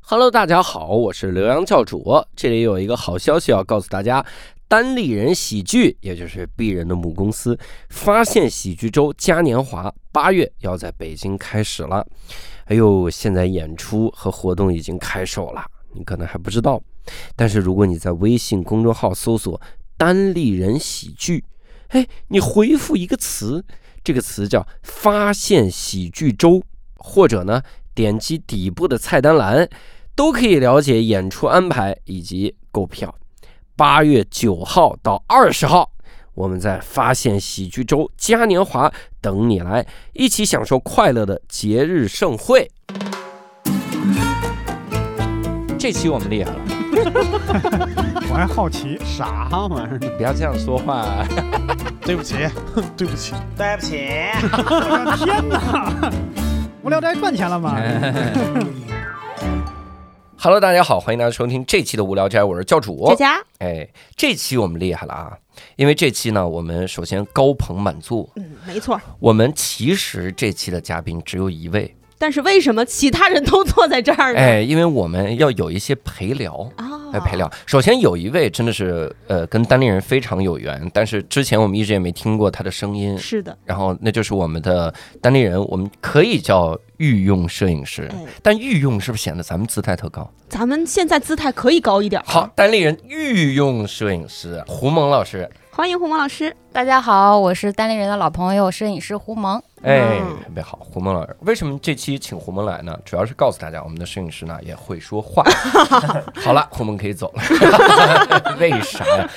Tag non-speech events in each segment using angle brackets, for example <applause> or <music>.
Hello，大家好，我是刘洋教主。这里有一个好消息要告诉大家：单立人喜剧，也就是鄙人的母公司发现喜剧周嘉年华，八月要在北京开始了。哎呦，现在演出和活动已经开售了，你可能还不知道。但是如果你在微信公众号搜索“单立人喜剧”，哎，你回复一个词，这个词叫“发现喜剧周”，或者呢，点击底部的菜单栏，都可以了解演出安排以及购票。八月九号到二十号，我们在发现喜剧周嘉年华等你来，一起享受快乐的节日盛会。这期我们厉害了，我还好奇，啥玩意儿？不要这样说话。对不起， <laughs> 对不起，对不起，我的哎天哪！ <laughs> 无聊斋赚钱了吗？ <laughs> <laughs> Hello，大家好，欢迎大家收听这期的无聊斋，我是教主佳。佳，哎，这期我们厉害了啊！因为这期呢，我们首先高朋满座。嗯，没错。我们其实这期的嘉宾只有一位，但是为什么其他人都坐在这儿呢？哎，因为我们要有一些陪聊。啊，来陪聊。首先有一位真的是，呃，跟单立人非常有缘，但是之前我们一直也没听过他的声音。是的，然后那就是我们的单立人，我们可以叫御用摄影师，哎，但御用是不是显得咱们姿态特高？咱们现在姿态可以高一点。好，，单立人御用摄影师胡蒙老师，欢迎胡蒙老师。大家好，我是单立人的老朋友摄影师胡萌。哎嗯，特别好，胡蒙老师。为什么这期请胡蒙来呢？主要是告诉大家，我们的摄影师呢也会说话。 <laughs> 好了，胡蒙可以走了。 <laughs> 为啥呀？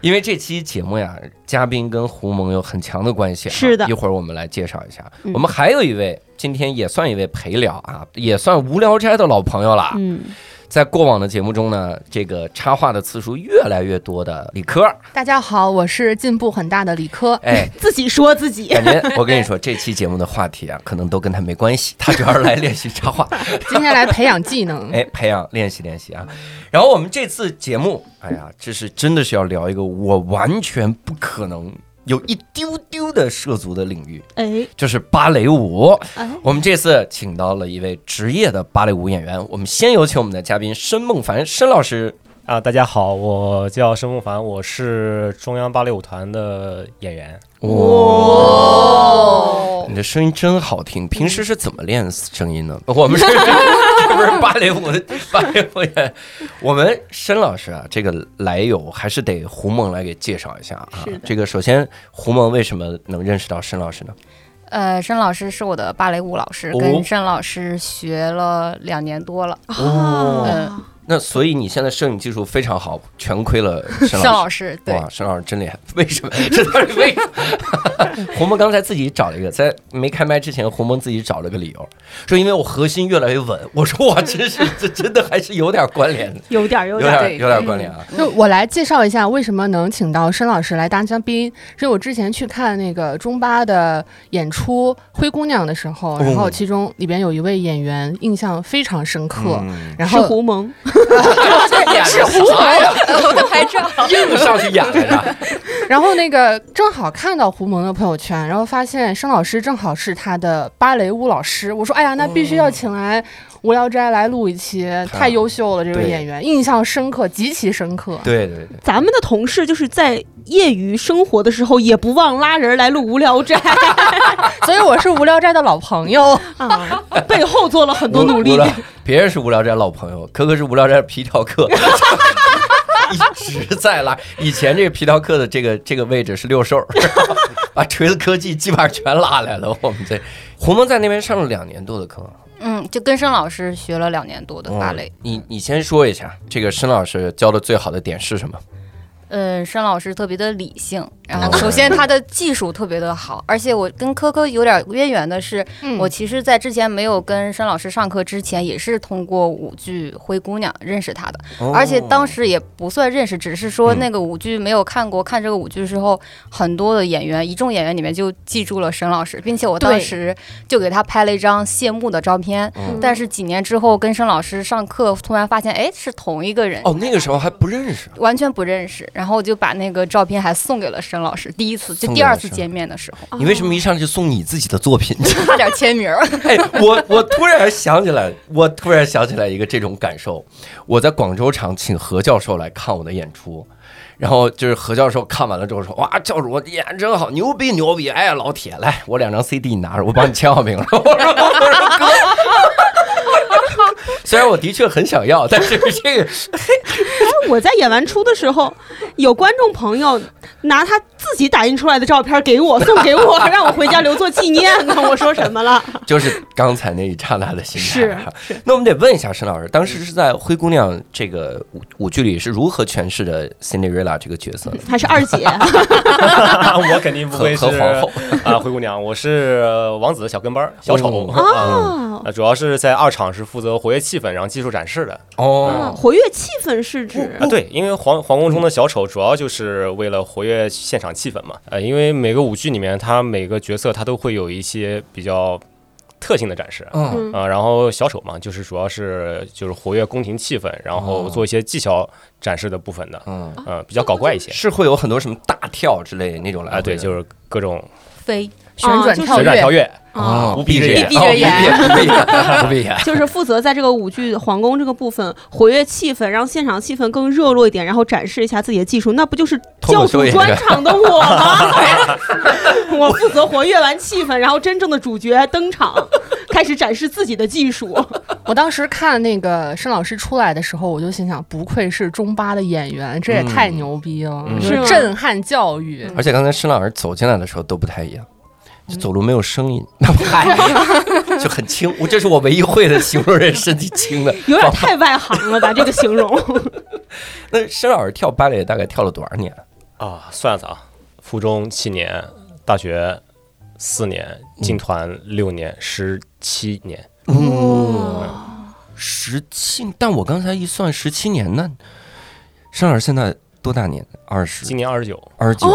因为这期节目呀，嘉宾跟胡蒙有很强的关系、啊。是的一会儿我们来介绍一下。嗯我们还有一位，今天也算一位陪聊啊，也算无聊斋的老朋友了。嗯，在过往的节目中呢，这个插话的次数越来越多的理科，大家好，我是进步很大的理 <laughs> 科。哎，自己说自己。感 <laughs> 觉我跟你说，这期节目的话题啊，可能都跟他没关系，他主要是来练习插话，今天来培养技能，哎，培养练习练习啊。然后我们这次节目，哎呀，这是真的是要聊一个我完全不可能有一丢丢的涉足的领域，哎就是芭蕾舞。哎，我们这次请到了一位职业的芭蕾舞演员，我们先有请我们的嘉宾申梦凡申老师。啊，大家好，我叫申梦凡，我是中央芭蕾舞团的演员。 <laughs> 哇、哦，你的声音真好听，平时是怎么练声音呢？ <laughs> 我们是，这不是芭蕾舞的芭蕾舞演， <laughs> 我们申老师啊，这个来由还是得胡蒙来给介绍一下啊是的。这个首先，胡蒙为什么能认识到申老师呢？呃，申老师是我的芭蕾舞老师，哦跟申老师学了两年多了。哦，那所以你现在摄影技术非常好，全亏了申 <laughs> 申老老师。师，对哇，，申老师真厉害！为什么？ <laughs> 这到底为什么？ <laughs> 胡蒙刚才自己找了一个，在没开麦之前，胡蒙自己找了个理由，说因为我核心越来越稳。我说哇，真是这真的还是有点关联的。有点儿有有点儿。点有点关联啊。就我来介绍一下为什么能请到申老师来当嘉宾，是我之前去看那个中巴的演出《灰姑娘》的时候，哦然后其中里边有一位演员印象非常深刻，嗯，然是后胡蒙，这是胡呀，我都拍照。硬上去演来着。然后那个正好看到胡蒙的朋友圈，然后发现申老师正好是他的芭蕾舞老师，我说哎呀，那必须要请来无聊斋来录一期，太优秀了，这位对演员印象深刻，极其深刻。 <laughs> 对对对，咱们的同事就是在业余生活的时候也不忘拉人来录无聊 <laughs> 斋所以我是无聊斋的老朋友，啊，背后做了很多努力无。聊别人是无聊斋老朋友，可可是无聊斋皮条客。 <laughs> 一直在拉，以前这个皮条客的这个这个位置是六兽儿， <laughs> 把锤子科技基本上全拉来了。我们这胡蒙在那边上了两年多的课，啊哦嗯，就跟申老师学了两年多的芭蕾。你你先说一下，这个申老师教的最好的点是什么？嗯，申老师特别的理性，然后哦首先他的技术特别的好，而且我跟科科有点渊源的是，嗯我其实，在之前没有跟申老师上课之前，也是通过舞剧《灰姑娘》认识他的，哦而且当时也不算认识，只是说嗯那个舞剧没有看过。看这个舞剧之后，很多的演员，一众演员里面就记住了沈老师，并且我当对时就给他拍了一张谢幕的照片。哦嗯但是几年之后跟沈老师上课，突然发现，哎，是同一个人。哦哦，那个时候还不认识，完全不认识，然后我就把那个照片还送给了沈申老师，第一次就宋第二老师次见面的时候，你为什么一上来就送你自己的作品？差点签名 <laughs> 儿。 <laughs> 哎，我我突然想起来，我突然想起来一个这种感受。我在广州场请何教授来看我的演出，然后就是何教授看完了之后说：“哇，教主演真好，牛逼牛逼！哎呀，老铁，来，我两张 CD 你拿着，我帮你签好名了。” <laughs> 我说：“我说哥。”虽然我的确很想要，但是这个 <laughs> 我在演完出的时候，有观众朋友拿他自己打印出来的照片给我，送给我，让我回家留作纪念呢。我说什么了？就是刚才那一刹那的心是态。是，那我们得问一下申老师，当时是在《灰姑娘》这个舞舞剧里是如何诠释的 Cinderella 这个角色的？还是二姐？啊我肯定不和会是和皇后。 <laughs> 啊，灰姑娘，我是王子的小跟班儿小丑哦啊。哦，那主要是在二场是负责活跃气氛，然后技术展示的哦，活跃气氛是指啊，对，因为皇皇宫中的小丑主要就是为了活跃现场气氛嘛。呃，因为每个舞剧里面，它每个角色它都会有一些比较特性的展示，嗯，啊，然后小丑嘛，就是主要是就是活跃宫廷气氛，然后做一些技巧展示的部分的，嗯，呃，比较搞怪一些是会有很多什么大跳之类的那种来啊，对，是就是各种飞，旋转跳旋转跳跃，跃，啊。不闭着眼哦闭着眼，哦不闭 <laughs> 眼，不闭 <laughs> 眼。就是负责在这个舞剧皇宫这个部分活跃气氛，让现场气氛更热络一点，然后展示一下自己的技术，那不就是教主专场的我吗？ <laughs> 我负责活跃完气氛，然后真正的主角登场，开始展示自己的技 <laughs> 术。我当时看那个申老师出来的时候，我就心想，不愧是中巴的演员，这也太牛逼了，嗯就是是吗震撼教育。而且刚才申老师走进来的时候都不太一样。就走路没有声音，就很轻。我这是我唯一会的形容人身体轻的。有点太外行了吧？这个形容，那申老师跳芭蕾大概跳了多少年？啊，算算啊，附中七年，大学四年，进团六年，十七年。十七。但我刚才一算，十七年呢。申老师现在多大年？二十今，年二十九，二十九。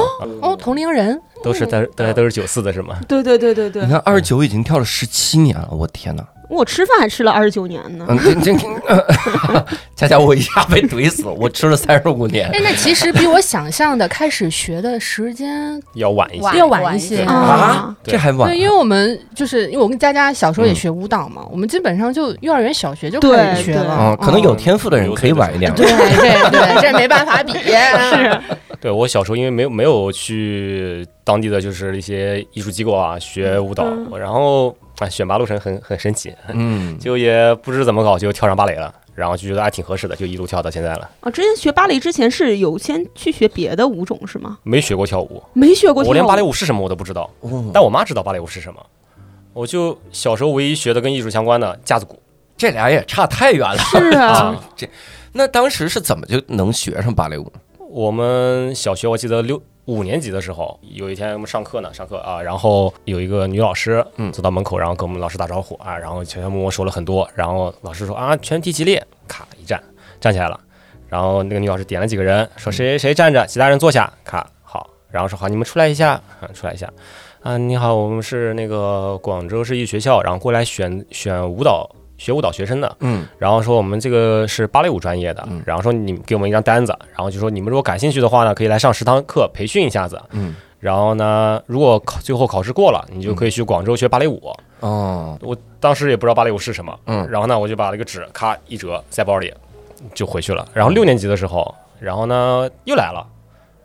哦，同龄人，都是大大家都是九四的是吗？对对对对对你，看，二十九已经跳了十七年了，我天哪！ <laughs> 我吃饭还吃了二十九年呢。嗯，这这， <laughs> 呃佳佳，我一下被怼死了，我吃了三十五年哎，那其实比我想象的开始学的时间要晚一些。晚要晚一晚些一啊些啊，对这还晚嗯对，因为我们就是因为我跟佳佳小时候也学舞蹈嘛，我们基本上就幼儿园、小学就开始对学对了，嗯啊，可能有天赋的人可以晚一点。对对 <laughs> 对，这没办法比，啊哎是对我小时候因为没有没有去当地的就是一些艺术机构啊学嗯舞蹈，我然后啊选拔路程很很神奇，嗯， <laughs> 就也不知怎么搞就跳上芭蕾了，然后就觉得还挺合适的，就一路跳到现在了。啊，之前学芭蕾之前是有先去学别的舞种是吗？没学过跳舞，没学过跳舞，我连芭蕾舞是什么我都不知道，嗯但我妈知道芭蕾舞是什么。我就小时候唯一学的跟艺术相关的架子鼓这俩也差太远 <laughs> 了。是啊，啊，那当时是怎么就能学上芭蕾舞？我们小学我记得六五年级的时候，有一天我们上课呢，上课啊，然后有一个女老师，嗯走到门口，然后跟我们老师打招呼啊，然后悄悄摸摸说了很多，然后老师说啊，全体起立，咔一站，站起来了，然后那个女老师点了几个人，说谁谁谁站着，其他人坐下，咔好，然后说好，你们出来一下，啊，出来一下。啊，你好，我们是那个广州市艺学校，然后过来选选舞蹈学舞蹈学生的，嗯，然后说我们这个是芭蕾舞专业的，嗯然后说你们给我们一张单子，然后就说你们如果感兴趣的话呢，可以来上十堂课培训一下子，嗯，然后呢，如果考最后考试过了，你就可以去广州学芭蕾舞。哦，我当时也不知道芭蕾舞是什么，嗯然后呢，我就把那个纸咔一折塞包里，就回去嗯了。然后六年级的时候，然后呢又来了，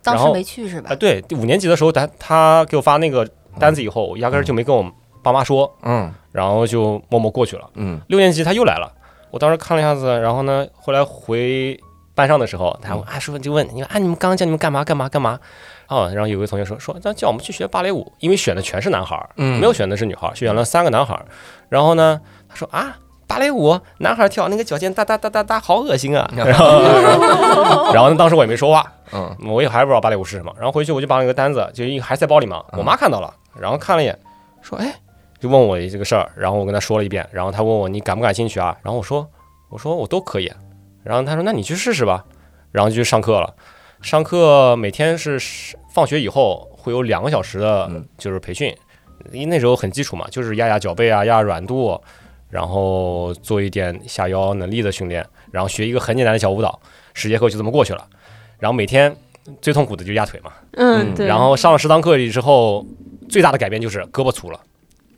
当然时后没去是吧啊，？对，五年级的时候他他给我发那个单子以后，我压根儿就没跟我爸妈说，嗯然后就默默过去了。嗯，六年级他又来了，我当时看了一下子，然后呢，后来回班上的时候，他啊师傅就问你们啊，你们刚刚叫你们干嘛干嘛干嘛？哦，然后有个同学说说，那叫我们去学芭蕾舞，因为选的全是男孩儿，嗯没有选的是女孩儿，选了三个男孩儿。然后呢，他说啊，芭蕾舞男孩儿跳那个脚尖哒哒哒哒哒，好恶心啊！然后，然后呢，当时我也没说话，嗯，我也还不知道芭蕾舞是什么。然后回去我就把那个单子就一还在包里嘛，我妈看到了，然后看了一眼，说哎，就问我这个事儿，然后我跟她说了一遍，然后她问我你感不感兴趣啊？然后我说我说我都可以，然后她说那你去试试吧，然后就去上课了。上课每天是十放学以后会有两个小时的嗯，就是培训，因为那时候很基础嘛，就是压压脚背啊，压压软度，然后做一点下腰能力的训练，然后学一个很简单的小舞蹈，十节课就这么过去了。然后每天最痛苦的就是压腿嘛。嗯，对。然后上了食堂课之后，最大的改变就是胳膊粗了，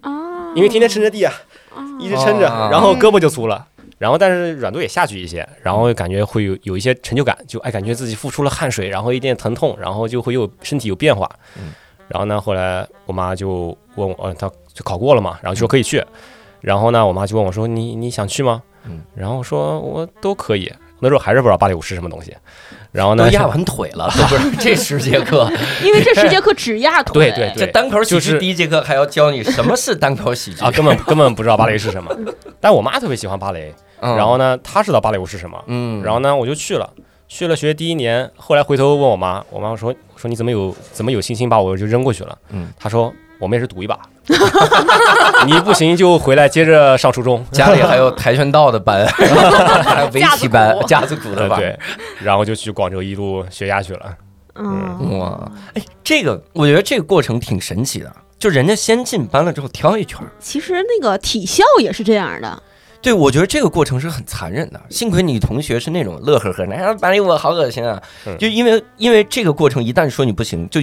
啊，因为天天撑着地啊，啊一直撑着啊，然后胳膊就粗了。然后，但是软度也下去一些，然后感觉会有有一些成就感，就哎感觉自己付出了汗水，然后一点疼痛，然后就会有身体有变化。嗯然后呢，后来我妈就问我，呃，她就考过了嘛，然后就说可以去。然后呢，我妈就问我说：“你你想去吗嗯？”然后我说：“我都可以。”那时候还是不知道芭蕾舞是什么东西。然后嗯都呢，压完腿了，是不是？这十节 <laughs> 课，因 <laughs> 为这十节课只压腿，对对这单口喜就剧是第一节课还要教你什么是单口喜剧啊，根本根本不知道芭蕾是什么。但我妈特别喜欢芭蕾，嗯然后呢，她知道芭蕾舞是什么，嗯，然后呢，我就去了。去了学第一年，后来回头问我妈，我妈说说你怎么有怎么有信心把我就扔过去了？嗯，她说我们也是赌一把， <laughs> 你不行就回来接着上初中。家里还有跆拳道的 <laughs> 班，还有围棋班、架子鼓的呃，班。对，然后就去广州一路学鸭去了。嗯，哇，哎，这个我觉得这个过程挺神奇的，就人家先进班了之后挑一圈儿。其实那个体校也是这样的，对，我觉得这个过程是很残忍的。幸亏你同学是那种乐呵呵的，哎呀，芭蕾舞好恶心啊！嗯就因为因为这个过程一旦说你不行，就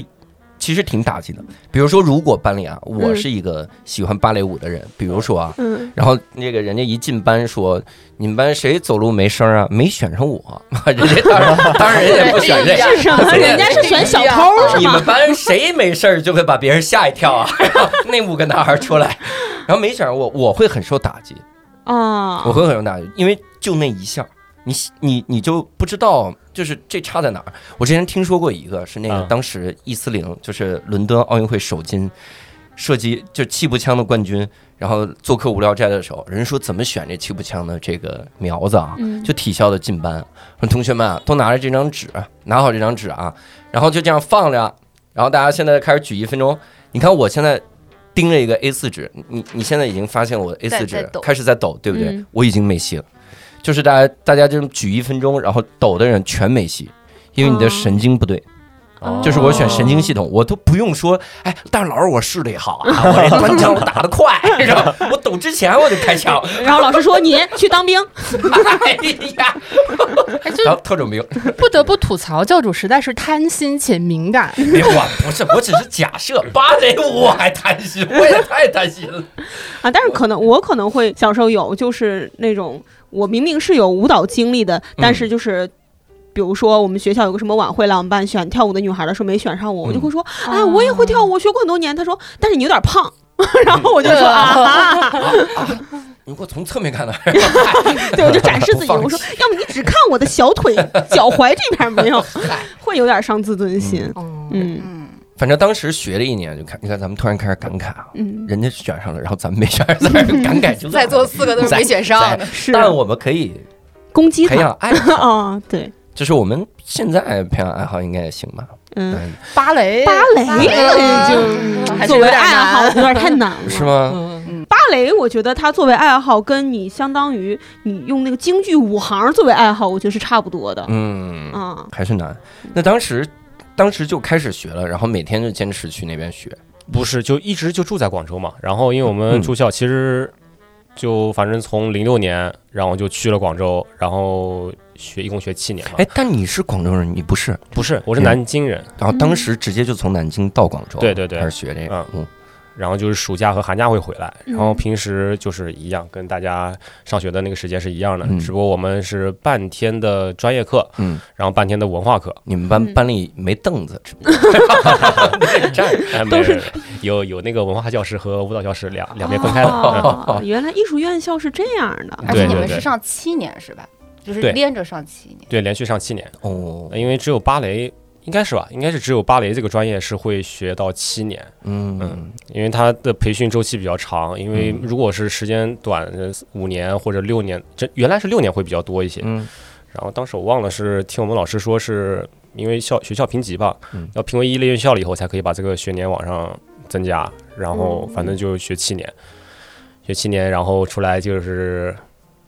其实挺打击的。比如说，如果班里啊，我嗯是一个喜欢芭蕾舞的人，比如说啊，嗯，然后那个人家一进班说：“你们班谁走路没声儿啊？没选上我。” <laughs> 人家当然当然人家也不哎选这个。哎是 <laughs> 什么？人家是选小偷是你吗们？班谁没事儿就会把别人吓一跳 <laughs> 啊？然后那五个男孩儿出来，然后没想我我会很受打击，啊我，会很受打击，因为就那一下儿，你你你就不知道就是这差在哪儿。我之前听说过一个是那个嗯当时易思玲就是伦敦奥运会首金射击就气步枪的冠军，然后做客无聊斋的时候，人说怎么选这气步枪的这个苗子啊？嗯就体校的进班，说同学们啊，都拿着这张纸，拿好这张纸啊，然后就这样放着，然后大家现在开始举一分钟。你看我现在盯着一个 A 4纸，你你现在已经发现我 A 在4在纸抖开始在抖，对不对？嗯我已经没戏了，就是大家大家这种举一分钟，然后抖的人全没戏。因为你的哦神经不对，哦就是我选神经系统，我都不用说，哎，但是老师我视力好啊，我这端枪我打得快，是吧？我抖之前我就开枪， <laughs> 然后老师说您去当兵，哎呀，哎，就然后特种兵不得不吐槽教主实在是贪心且敏感。别管，啊不是，我只是假 <laughs> 设。芭蕾舞我还贪心，我也太贪心了。啊，但是可能我可能会小时候有，就是那种我明明是有舞蹈经历的，嗯但是就是。比如说，我们学校有个什么晚会来我们班选跳舞的女孩的时候没选上嗯我，我就会说：“呃哎，我也会跳舞，我学过很多年。”她说：“但是你有点胖。”然后我就说：“啊，你给我从侧面看的，对，我就展示自己。不放我说，要么你只看我的小腿、脚踝这边 <laughs> 没有，会有点伤自尊心。嗯，嗯嗯，反正当时学了一年，就看，你看咱们突然开始感慨啊，嗯，人家选上了，然后咱们没选上， <laughs> 在这儿感慨就在座四个都是没选上的，是但我们可以攻击培他养爱 <laughs> 好，啊，对，就是我们现在培养爱好应该也行吧？嗯，芭蕾，芭蕾嗯嗯还是作有为点爱好有难。点太难 <laughs> 了。是吗？嗯，芭蕾，我觉得它作为爱好，跟你相当于你用那个京剧五行作为爱好，我觉得是差不多的。嗯，啊，还是难。那当时，当时就开始学了，然后每天就坚持去那边学。不是，就一直就住在广州嘛。然后因为我们住校，其实就反正从零六年，然后就去了广州，然后学一共学七年嘛。哎，但你是广州人，你不是？啊不是，我是南京人，然后当时直接就从南京到广州，对对对开始学这个，嗯，然后就是暑假和寒假会回来，嗯然后平时就是一样，跟大家上学的那个时间是一样的嗯，只不过我们是半天的专业课，嗯，然后半天的文化课，你们班嗯班里没凳子，只不过 <coughs> 这样都是有有那个文化教室和舞蹈教室两两边分开的。嗯 <laughs> 哦，原来艺术院校是这样的。而且你对对们对是上七年是吧？就是对连着上七年。对，连续上七年，哦，因为只有芭蕾，应该是吧？应该是只有芭蕾这个专业是会学到七年，嗯因为它的培训周期比较长。因为嗯如果是时间短，呃五年或者六年，这原来是六年会比较多一些。嗯然后当时我忘了是听我们老师说，是因为校学校评级吧，嗯要评为一类院校了以后，才可以把这个学年往上增加。然后嗯反正就学七年，学七年，然后出来就是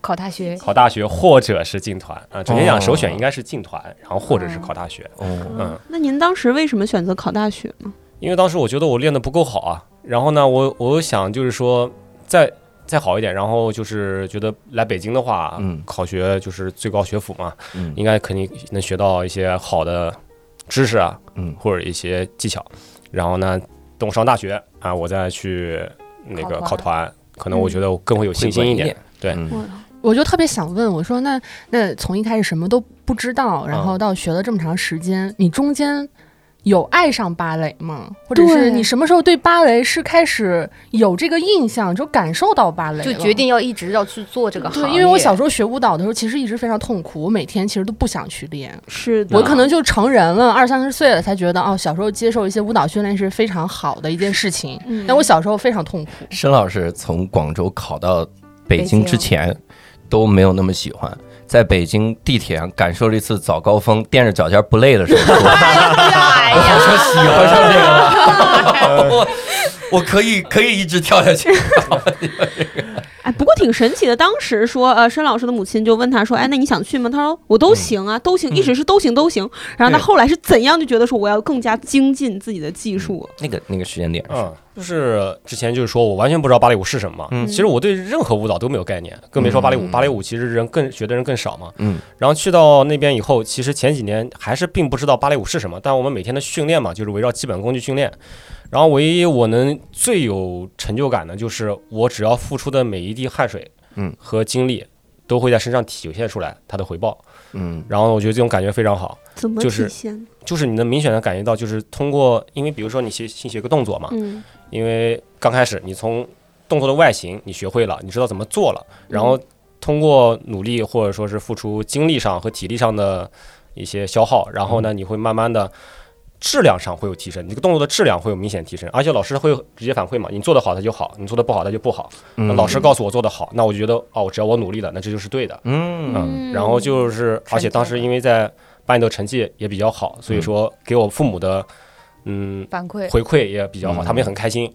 考大学，考大学或者是进团啊。准确哦讲，首选应该是进团，然后或者是考大学。哦，嗯，那您当时为什么选择考大学呢？因为当时我觉得我练得不够好啊，然后呢，我我又想就是说再再好一点，然后就是觉得来北京的话，嗯考学就是最高学府嘛，嗯应该肯定能学到一些好的知识啊，嗯或者一些技巧。然后呢，等我上大学啊，我再去那个考团考团，可能我觉得我嗯更会有信心一点。对嗯我我就特别想问，我说那那呃从一开始什么都不知道，然后到学了这么长时间，你中间有爱上芭蕾吗？或者是对你什么时候对芭蕾是开始有这个印象，就感受到芭蕾了，就决定要一直要去做这个行业。对，因为我小时候学舞蹈的时候，其实一直非常痛苦，我每天其实都不想去练。是的，我可能就成人了，二三十岁了才觉得哦，小时候接受一些舞蹈训练是非常好的一件事情。嗯但我小时候非常痛苦，申老师从广州考到北北京京之前都没有那么喜欢，在北京地铁上感受了一次早高峰，踮着脚尖不累的时候 <laughs> 说，哎我呀，说喜欢上这个了，我我可以可以一直跳下去。哎，不过挺神奇的。当时说，呃，申老师的母亲就问他说：“嗯哎，那你想去吗？”他说：“我都行啊，都行，一直是都行都行。”然后他对后来是怎样就觉得说我要更加精进自己的技术？那个那个时间点，嗯，就是之前就是说我完全不知道芭蕾舞是什么嘛，嗯其实我对任何舞蹈都没有概念，更别说芭蕾舞。嗯芭蕾舞其实人更学的人更少嘛。嗯。然后去到那边以后，其实前几年还是并不知道芭蕾舞是什么，但我们每天的训练嘛，就是围绕基本功去训练。然后唯一我能最有成就感的就是我只要付出的每一滴汗水，嗯，和精力都会在身上体现出来它的回报。嗯然后我觉得这种感觉非常好。怎么嗯就是体现？就是你能明显的感觉到，就是通过，因为比如说你学新学个动作嘛，嗯，因为刚开始你从动作的外形你学会了，你知道怎么做了，然后通过努力或者说是付出精力上和体力上的一些消耗，然后呢，你会慢慢的质量上会有提升，你这个动作的质量会有明显提升，而且老师会直接反馈嘛，你做得好他就好，你做得不好他就不好。那嗯老师告诉我做得好，那我就觉得哦，只要我努力了，那这就是对的。嗯嗯，然后就是，而且当时因为在班里的成绩也比较好，所以说给我父母的嗯反馈回馈也比较好，嗯他们也很开心。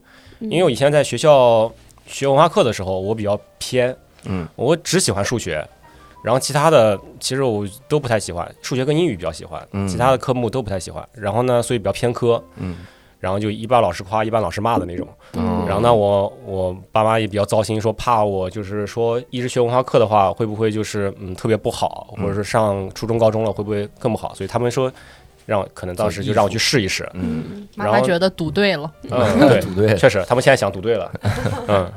嗯因为我以前在学校学文化课的时候，我比较偏，嗯，我只喜欢数学，然后其他的其实我都不太喜欢，数学跟英语比较喜欢，嗯其他的科目都不太喜欢。然后呢，所以比较偏科，嗯，然后就一半老师夸，一半老师骂的那种。嗯然后呢，我我爸妈也比较糟心，说怕我就是说一直学文化课的话，会不会就是嗯特别不好，嗯或者是上初中高中了会不会更不好？所以他们说让我可能当时就让我去试一试。嗯妈然妈后觉得赌对了，嗯，对，赌对了确实，他们现在想赌对了，嗯，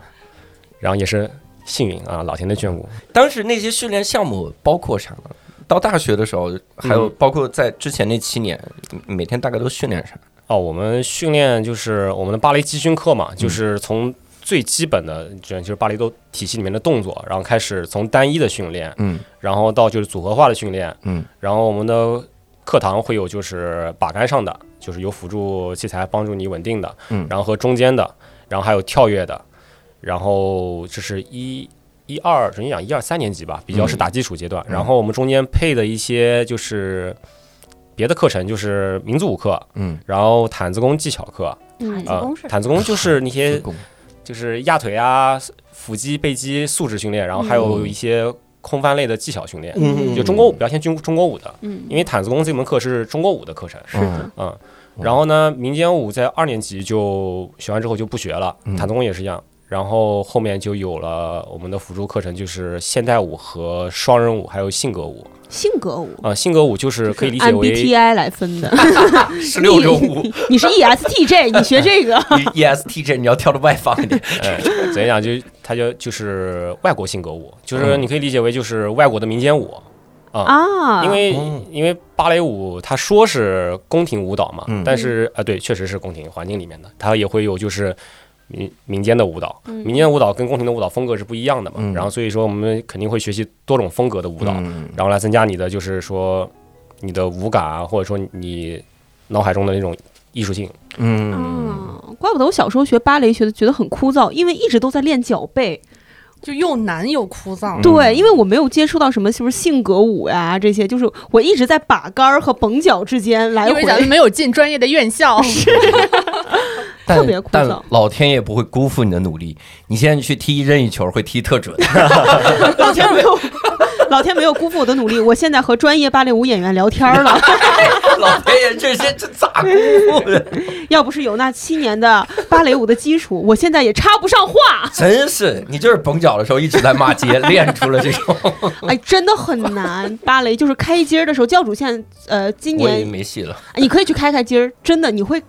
然后也是幸运啊，老天的眷顾。当时那些训练项目包括啥呢？到大学的时候，还有嗯包括在之前那七年，每天大概都训练啥？哦，我们训练就是我们的芭蕾基训课嗯嘛，就是从最基本的，就是芭蕾都体系里面的动作，然后开始从单一的训练，嗯然后到就是组合化的训练，嗯，然后我们的课堂会有就是把杆上的，就是有辅助器材帮助你稳定的，嗯然后和中间的，然后还有跳跃的，然后这是一。一二，准确讲一二三年级吧，比较是打基础阶段。嗯然后我们中间配的一些就是别的课程，就是民族舞课，嗯，然后毯子功技巧课，嗯子啊功是，毯子功就是那 <laughs> 些功就是压腿啊、腹肌、背肌素质训练，然后还有一些空翻类的技巧训练，嗯就中国舞比较偏中中国舞的，嗯因为毯子功这门课是中国舞的课程，<laughs> 是哦的，嗯。然后呢，民间舞在二年级就学完之后就不学了，嗯毯子功也是一样。然后后面就有了我们的辅助课程，就是现代舞和双人舞，还有性格舞。性格舞啊、性格舞就是可以理解按为 BTI 来分的， <laughs> 十六周五， <laughs> 你是 E ESTJ，你学这个你 E ESTJ 你要跳的外放一点，哎，怎样就它就就是外国性格舞，就是嗯你可以理解为就是外国的民间舞，啊，因为哦因为芭蕾舞它说是宫廷舞蹈嘛嗯，但是啊、对，确实是宫廷环境里面的，它也会有就是。民民间的舞蹈，民间的舞蹈跟宫廷的舞蹈风格是不一样的嘛，嗯然后所以说我们肯定会学习多种风格的舞蹈，嗯然后来增加你的就是说你的舞感啊，或者说你脑海中的那种艺术性。嗯，啊，怪不得我小时候学芭蕾学的觉得很枯燥，因为一直都在练脚背。就又难又枯嗯燥。对，因为我没有接触到什么是不是性格舞呀、这些，就是我一直在把杆儿和绷脚之间来因为咱们回。没有进专业的院 <laughs> 校，但特别枯燥但老天爷不会辜负你的努力，你现在去踢任意球会踢特准， <laughs> 老天没有，老天没有辜负我的努力，我现在和专业芭蕾舞演员聊天 <laughs> <laughs> 了。老天爷，这些这咋辜负的？要不是有那七年的芭蕾舞的基础，我现在也插不上 <laughs> 话。真是，你就是绷脚的时候一直在骂街，练出了这种。哎，真的很难，芭蕾就是开筋儿的时候，教主现在呃，今我已经年哎没戏了。你可以去开开筋儿，真的你会。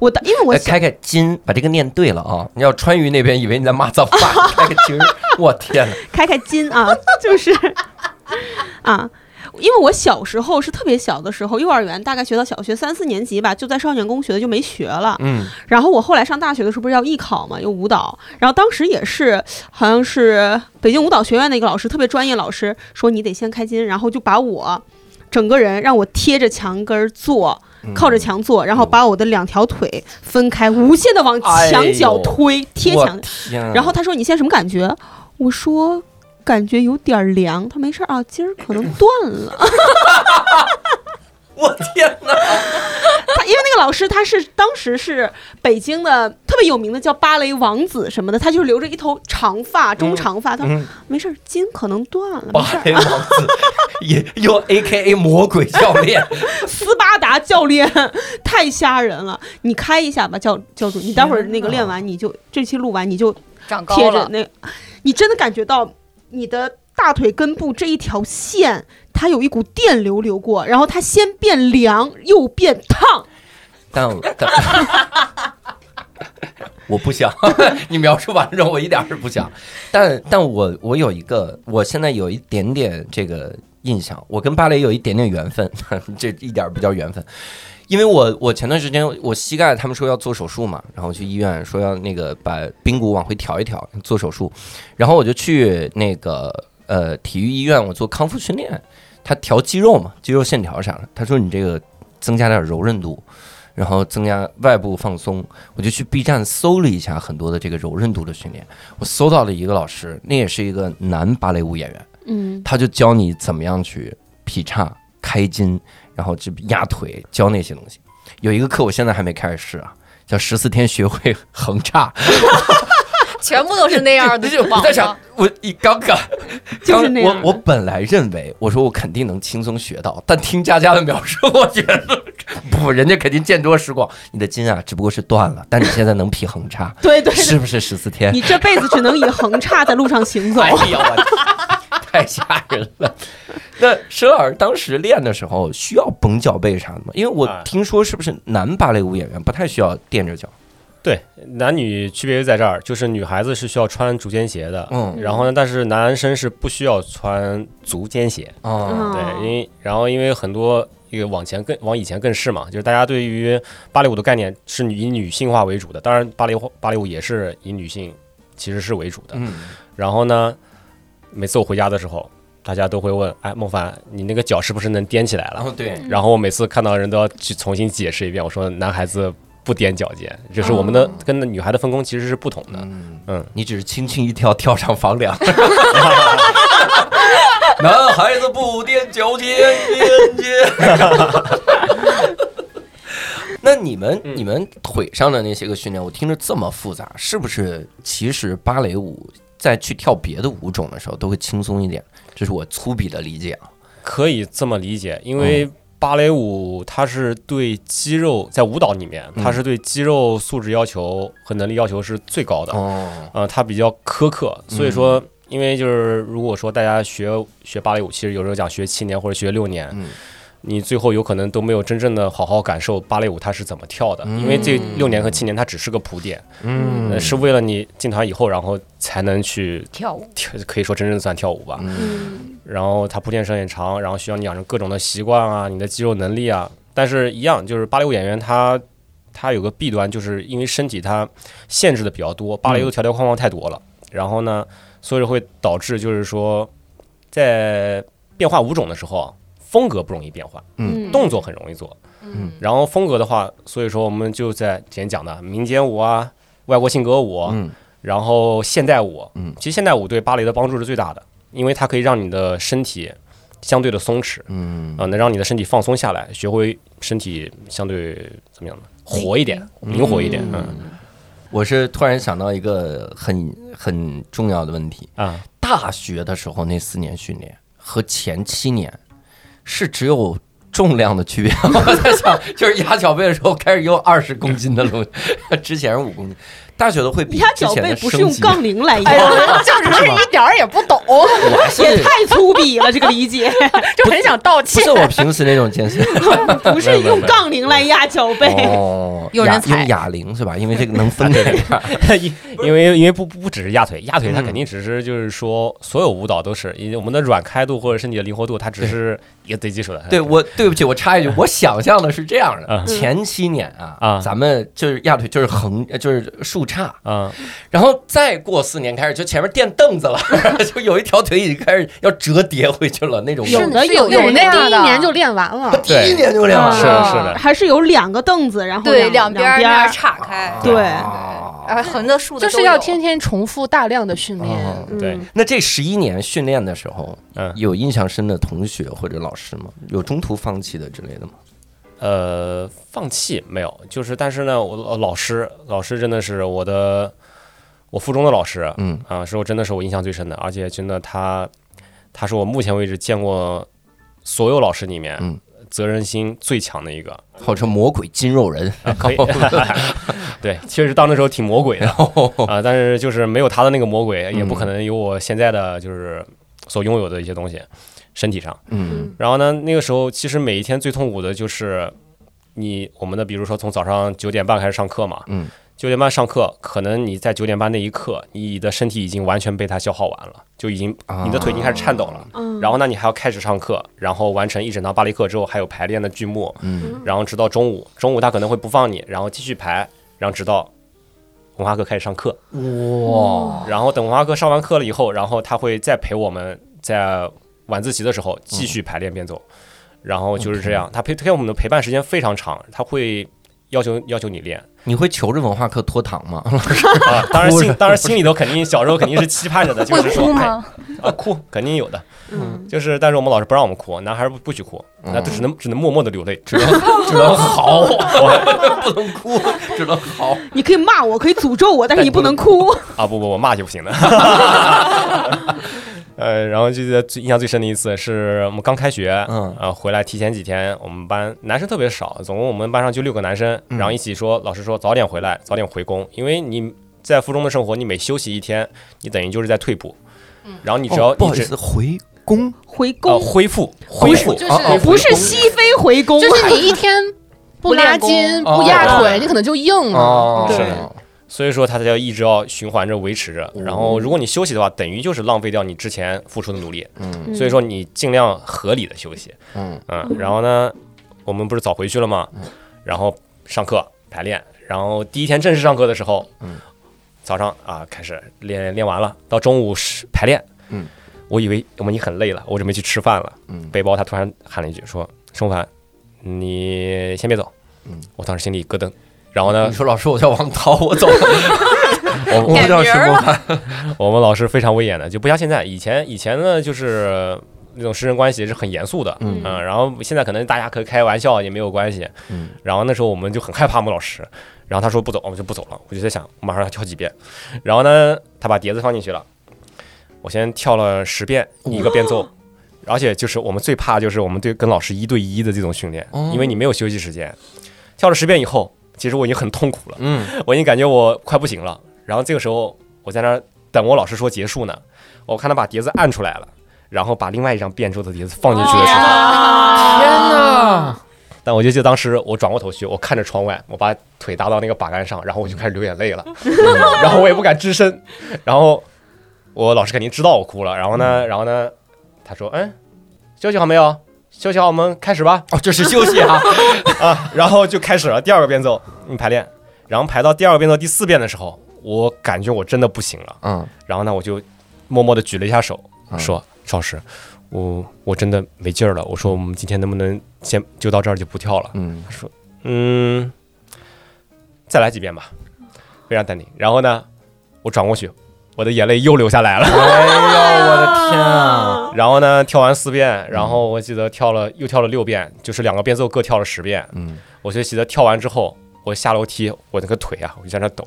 我的，因为我哎，小开开筋，把这个念对了啊！你要川渝那边以为你在骂脏话，开个 <laughs> 筋儿，我天哪！开开筋啊， <laughs> 就是啊。因为我小时候是特别小的时候，幼儿园大概学到小学三四年级吧，就在少年宫学的，就没学了。嗯，然后我后来上大学的时候不是要艺考嘛，有舞蹈，然后当时也是好像是北京舞蹈学院的一个老师，特别专业老师说你得先开筋，然后就把我整个人让我贴着墙根儿坐，嗯靠着墙坐，然后把我的两条腿分开，无限的往墙角推，贴我墙。天啊，然后他说你现在什么感觉？我说感觉有点儿凉。他没事儿啊，筋儿可能断了。我天 <laughs> 哪！他因为那个老师他是当时是北京的特别有名的叫芭蕾王子什么的，他就是留着一头长发，中长发。他说、嗯没事儿，筋可能断了，没芭事儿。蕾王子，也又 A K A 魔鬼教练，斯巴达教练 <laughs> 太吓人了，你开一下吧，教教主，你待会儿那个练完你就这期录完你就长高贴着了，那，你真的感觉到你的大腿根部这一条线，它有一股电流流过，然后它先变凉又变烫。但但。我不想， <laughs> 你描述完之后我一点儿也不想，但但我我有一个，我现在有一点点这个印象，我跟芭蕾有一点点缘分， <laughs> 这一点儿不叫缘分，因为我我前段时间我膝盖他们说要做手术嘛，然后去医院说要那个把髌骨往回调一调做手术，然后我就去那个呃体育医院我做康复训练，他调肌肉嘛，肌肉线条啥的，他说你这个增加点柔韧度，然后增加外部放松，我就去 B 站搜了一下很多的这个柔韧度的训练，我搜到了一个老师，那也是一个男芭蕾舞演员，嗯，他就教你怎么样去劈叉、开筋，然后这压腿，教那些东西。有一个课我现在还没开始试啊，叫十四天学会横叉。全部都是那样的就。我网在上想，我一刚刚就是那样我我本来认为我说我肯定能轻松学到，但听佳佳的描述，我觉得不，人家肯定见多识广。你的筋啊，只不过是断了，但你现在能劈横 <laughs> 叉，对对对是不是十四天？你这辈子只能以横叉在路上行走。哎呀，我太吓人了。那沈老师当时练的时候需要绷脚背啥的吗？因为我啊听说是不是男芭蕾舞演员不太需要垫着脚？对，男女区别就在这儿，就是女孩子是需要穿足尖鞋的，嗯然后呢，但是男生是不需要穿足尖鞋，啊，嗯对，因为然后因为很多一个往前更往以前更是嘛，就是大家对于芭蕾舞的概念是以女性化为主的，当然芭蕾芭蕾舞也是以女性其实是为主的，嗯，然后呢，每次我回家的时候，大家都会问，哎，孟凡，你那个脚是不是能踮起来了然？后对，然后我每次看到人都要去重新解释一遍，我说男孩子不踮脚尖，就是我们的、哦跟女孩的分工其实是不同的。嗯你只是轻轻一跳，跳上房 <laughs> 梁。男孩子不踮脚尖，踮尖。 <laughs> 那你们你们腿上的那些个训练，我听着这么复杂，是不是其实芭蕾舞在去跳别的舞种的时候都会轻松一点？这是我粗鄙的理解啊。可以这么理解，因为嗯芭蕾舞它是对肌肉在舞蹈里面，嗯它是对肌肉素质要求和能力要求是最高的，哦，嗯呃，它比较苛刻，所以说。因为就是，如果说大家学学芭蕾舞，其实有时候讲学七年或者学六年，嗯你最后有可能都没有真正的好好感受芭蕾舞它是怎么跳的，因为这六年和七年它只是个铺垫，呃，嗯是为了你进团以后，然后才能去跳舞，跳，可以说真正算跳舞吧。嗯，然后它铺垫时间也长，然后需要你养成各种的习惯啊，你的肌肉能力啊。但是，一样就是芭蕾舞演员他他有个弊端，就是因为身体他限制的比较多，芭蕾舞的条条框框太多了。然后呢，所以会导致就是说，在变化舞种的时候啊，风格不容易变化，嗯动作很容易做。嗯然后风格的话，所以说我们就在之前讲的民间舞啊、外国性格舞啊、嗯然后现代舞，嗯其实现代舞对芭蕾的帮助是最大的，因为它可以让你的身体相对的松弛，嗯啊、能让你的身体放松下来，学会身体相对怎么样呢？活一点，灵活一点， <laughs> 嗯我是突然想到一个很很重要的问题，啊，大学的时候那四年训练，和前七年是只有重量的区别。我在想，就是压脚背的时候开始用二十公斤的东西， <laughs> 之前是五公斤。大学的会比压之脚前背的不是用升级 <laughs> 杠铃来哎压，呀，就是是一点儿也不懂。我还是也太粗鄙了，这个理解就很想道不歉。是我平时那种健 <laughs> 身，不是用杠铃来压脚背。哦，有人哑踩用哑铃是吧？因为这个能分开点 <laughs> 儿。因因为因为不不不只是压腿，压腿它嗯肯定只是就是说所有舞蹈都是，因为我们的软开度或者身体的灵活度，它只是一个堆基础的。对我对不起，我插一句，我想象的是这样的：嗯前七年啊，啊咱们就是压腿就是横就是竖叉，嗯，然后再过四年开始就前面垫凳子了， <laughs> 就有一条腿已经开始要折叠回去了那种。有的是有有我那那样第一的年就练完了，第一年就这样是了。的是的，嗯还是有两个凳子，然后 <laughs> 对，两边儿边那儿样岔开，啊对啊然后横着竖的就都是有要天天重复大量的训练哦。嗯对那这十一年训练的时候，嗯有印象深的同学或者老师吗？有中途放弃的之类的吗？呃，放弃没有，就是但是呢，我老老师老师真的是我的，我附中的老师，嗯啊，是我真的是我印象最深的，而且真的他他是我目前为止见过所有老师里面，嗯责任心最强的 <laughs> 一个，号称魔鬼筋肉人，可以 <laughs> 对，确实到那时候挺 <laughs> 魔鬼的啊、哦但是就是没有他的那个魔鬼，嗯也不可能有我现在的就是所拥有的一些东西，身体上。嗯然后呢，那个时候其实每一天最痛苦的就是你我们的，比如说从早上九点半开始上课嘛，嗯，九点半上课，可能你在九点半那一刻，你的身体已经完全被它消耗完了，就已经啊你的腿已经开始颤抖了。嗯，然后呢，你还要开始上课，然后完成一整堂芭蕾课之后，还有排练的剧目，嗯然后直到中午，中午他可能会不放你，然后继续排，然后直到文化课开始上课，哇，然后等文化课上完课了以后，然后他会再陪我们在晚自习的时候继续排练边走，然后就是这样，他陪给我们的陪伴时间非常长，他会要求要求你练，你会求着文化课脱堂 <laughs> 吗？啊，当 <laughs> 然心当然心里头肯定小时候肯定是期盼着的，就会是哭说哎吗？啊哭肯定有的， <laughs> 嗯，就是但是我们老师不让我们哭，男孩儿不不许哭，那嗯只能只能默默的流泪， <laughs> 只能只能嚎，不能哭，只能 <laughs> 嚎。你可以骂我，可以诅咒我，但是你不能哭。啊不不，我骂就不 <laughs> 行了。呃，然后记得最印象最深的一次是我们刚开学，嗯呃，回来提前几天，我们班男生特别少，总共我们班上就六个男生，嗯然后一起说，老师说早点回来，早点回宫，因为你在附中的生活，你每休息一天，你等于就是在退步，然后你只要哦不一好意直思，回宫回呃宫恢复恢复，就是哦哦不是西非回宫，就是 <laughs> 你一天不拉筋、不练功不压哦腿，你可能就嗯硬了。哦，对所以说它才要一直要循环着维持嗯着。然后如果你休息的话，等于就是浪费掉你之前付出的努力，嗯嗯所以说你尽量合理的休息。嗯嗯，然后呢，我们不是早回去了吗？然后上课排练，然后第一天正式上课的时候，嗯，早上啊开始练练完了，到中午是排练，嗯，我以为我们已经很累了，我准备去吃饭了，嗯背包他突然喊了一句说：“盛凡，你先别走。”嗯，我当时心里一咯噔，然后呢你，说老师，我叫王涛，我走了，我我不叫石梦涵，我们老师非常威严的，就不像现在，以前以前呢就是那种师生关系是很严肃的，嗯嗯，然后现在可能大家可以开玩笑也没有关系，嗯，然后那时候我们就很害怕我们老师，然后他说不走，我们就不走了，我就在想马上要跳几遍，然后呢，他把碟子放进去了，我先跳了十遍一个变奏。而且就是我们最怕就是我们对跟老师一对一的这种训练，哦因为你没有休息时间。跳了十遍以后，其实我已经很痛苦了，嗯，我已经感觉我快不行了。然后这个时候我在那儿等我老师说结束呢，我看他把碟子按出来了，然后把另外一张变奏的碟子放进去的时候，天哪，但我就记得当时我转过头去，我看着窗外，我把腿搭到那个把杆上，然后我就开始流眼泪了，嗯然后我也不敢吱声，然后我老师肯定知道我哭了，然后嗯呢，然后呢，他说，嗯，休息好没有？休息好，我们开始吧。哦，这是休息啊， <laughs> 啊，然后就开始了第二个变奏，你排练，然后排到第二个变奏第四遍的时候，我感觉我真的不行了，嗯，然后呢，我就默默的举了一下手，嗯说：“邵老师，我我真的没劲儿了。”我说：“我们今天能不能先就到这儿就不跳了嗯？”嗯，再来几遍吧，非常淡定。然后呢，我转过去，我的眼泪又流下来了。哎呦，我的天啊，然后呢，跳完四遍，然后我记得跳了又跳了六遍，就是两个变奏各跳了十遍。嗯，我就记得跳完之后，我下楼梯，我那个腿啊，我就在那抖，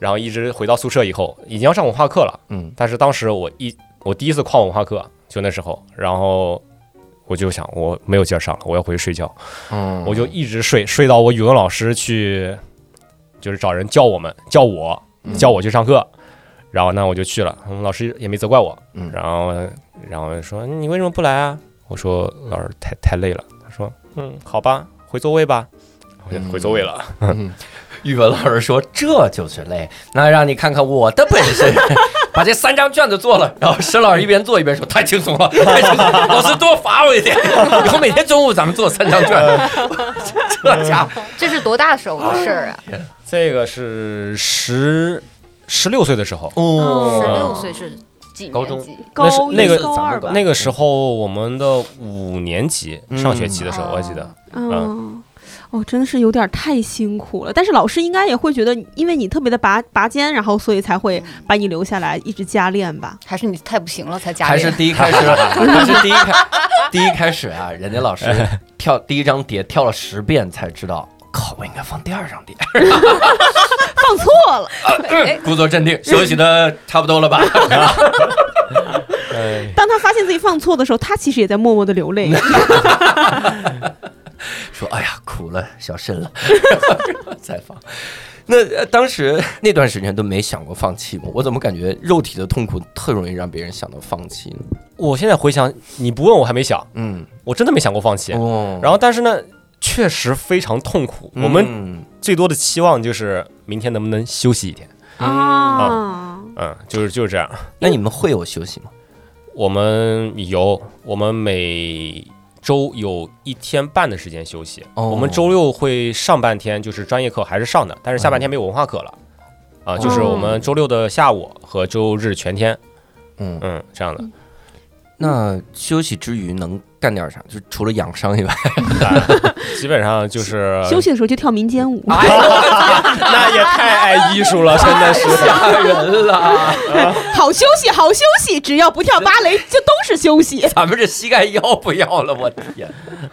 然后一直回到宿舍以后，已经要上文化课了。嗯，但是当时我一我第一次旷文化课，就那时候，然后我就想我没有劲儿上了，我要回去睡觉，嗯我就一直睡，睡到我语文老师去，就是找人叫我们，叫我，嗯叫我去上课。然后呢，我就去了，嗯老师也没责怪我。嗯然后，然后说你为什么不来啊？我说老师太太累了。他说嗯，好吧，回座位吧。我嗯就回座位了。语文老师说这就是累，那让你看看我的本 <laughs> 事，把这三张卷子做了。然后沈老师一边做一边说太轻松了， <laughs> 太轻松了，老师多罚我一 <laughs> 点，以后每天中午咱们做三张卷。嗯这家伙，这是多大时候的事儿啊？这个是十十六岁的时候，啊十哦六岁是几高年中级？高嗯那是那个一、高二吧？那个时候我们的五年级嗯上学期的时候，哦我记得，嗯，哦，真的是有点太辛苦了。但是老师应该也会觉得，因为你特别的拔拔尖，然后所以才会把你留下来一直加练吧。还是你太不行了才加还是练？第一开始， <laughs> 还是第一开，第一开始啊，人家老师跳第一张碟跳了十遍才知道。靠！我应该放第二张碟。嗯放错了， <laughs> 哎，故作镇定，休息的差不多了吧？哎，当他发现自己放错的时候，他其实也在默默的流泪。 <laughs> 嗯说哎呀苦了，小深 <laughs> 了，再放。那呃当时 <laughs> 那段时间都没想过放弃吗？我怎么感觉肉体的痛苦特容易让别人想到放弃呢？我现在回想，你不问我还没想，嗯，我真的没想过放弃。哦然后，但是呢，确实非常痛苦。嗯我们们最多的期望就是明天能不能休息一天。啊，嗯，就是就是这样。那你们会有休息吗？我们有，我们每周有一天半的时间休息。哦我们周六会上半天，就是专业课还是上的，但是嗯下半天没有文化课了。哦啊，就是我们周六的下午和周日全天，嗯，嗯，这样的。 <laughs> 那休息之余能干点啥？就除了养伤以外，基本上就是休息的时候就跳民间舞，啊哎那也太爱艺术了，真的是。 <laughs> 吓人了！好休息，好休息，只要不跳芭蕾，这都是休息。 <laughs> 咱们这膝盖要不要了？我天！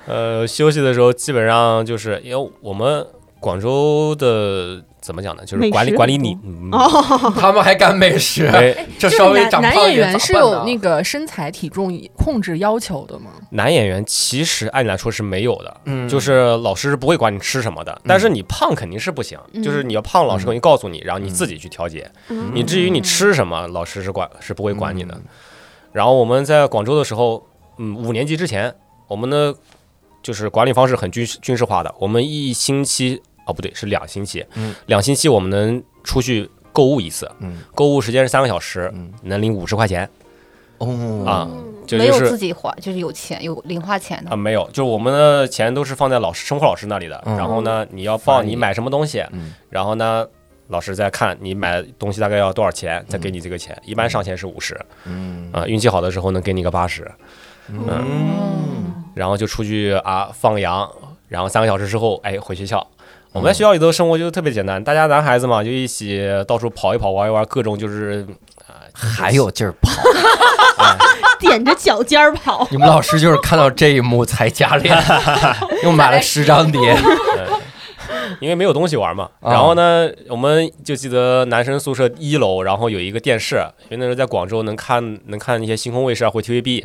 呃，休息的时候基本上就是因为我们广州的怎么讲呢，就是美管理食管理很你多，嗯，哦，他们还干美食， <laughs> 哎，就这是稍微男长男胖演一点员咋是办有呢那个身材体重控制要求的吗？男演员其实按理来说是没有的。嗯就是老师是不会管你吃什么的，但是你胖肯定是不行，就是你要胖，老师肯定告诉你，然后你自己去调节。嗯你至于你吃什么，老师是管是不会管嗯你的。然后我们在广州的时候，嗯，五年级之前，我们的就是管理方式很军事军事化的，我们一星期哦不对是两星期，嗯两星期我们能出去购物一次，嗯购物时间是三个小时，嗯能领五十块钱哦啊，这嗯没就有是自己花，就是有钱有零花钱啊，的。没有，就是我们的钱都是放在老师生活老师那里的。嗯然后呢，你要报翻译你买什么东西，嗯然后呢，老师再看你买东西大概要多少钱，再给你这个钱。一般上限是五十嗯啊，运气好的时候能给你个八十，嗯嗯，然后就出去啊放羊，然后三个小时之后，哎，回学校。我嗯们在学校里头生活就特别简单，大家男孩子嘛，就一起到处跑一跑、玩一玩，各种就是还有劲儿跑。踮着脚尖儿跑，你们老师就是看到这一幕才加 <laughs> 练，又买了十张碟。因为没有东西玩嘛。啊然后呢，我们就记得男生宿舍一楼，然后有一个电视，因为那时候在广州能看能看一些星空卫视啊，或 TVB，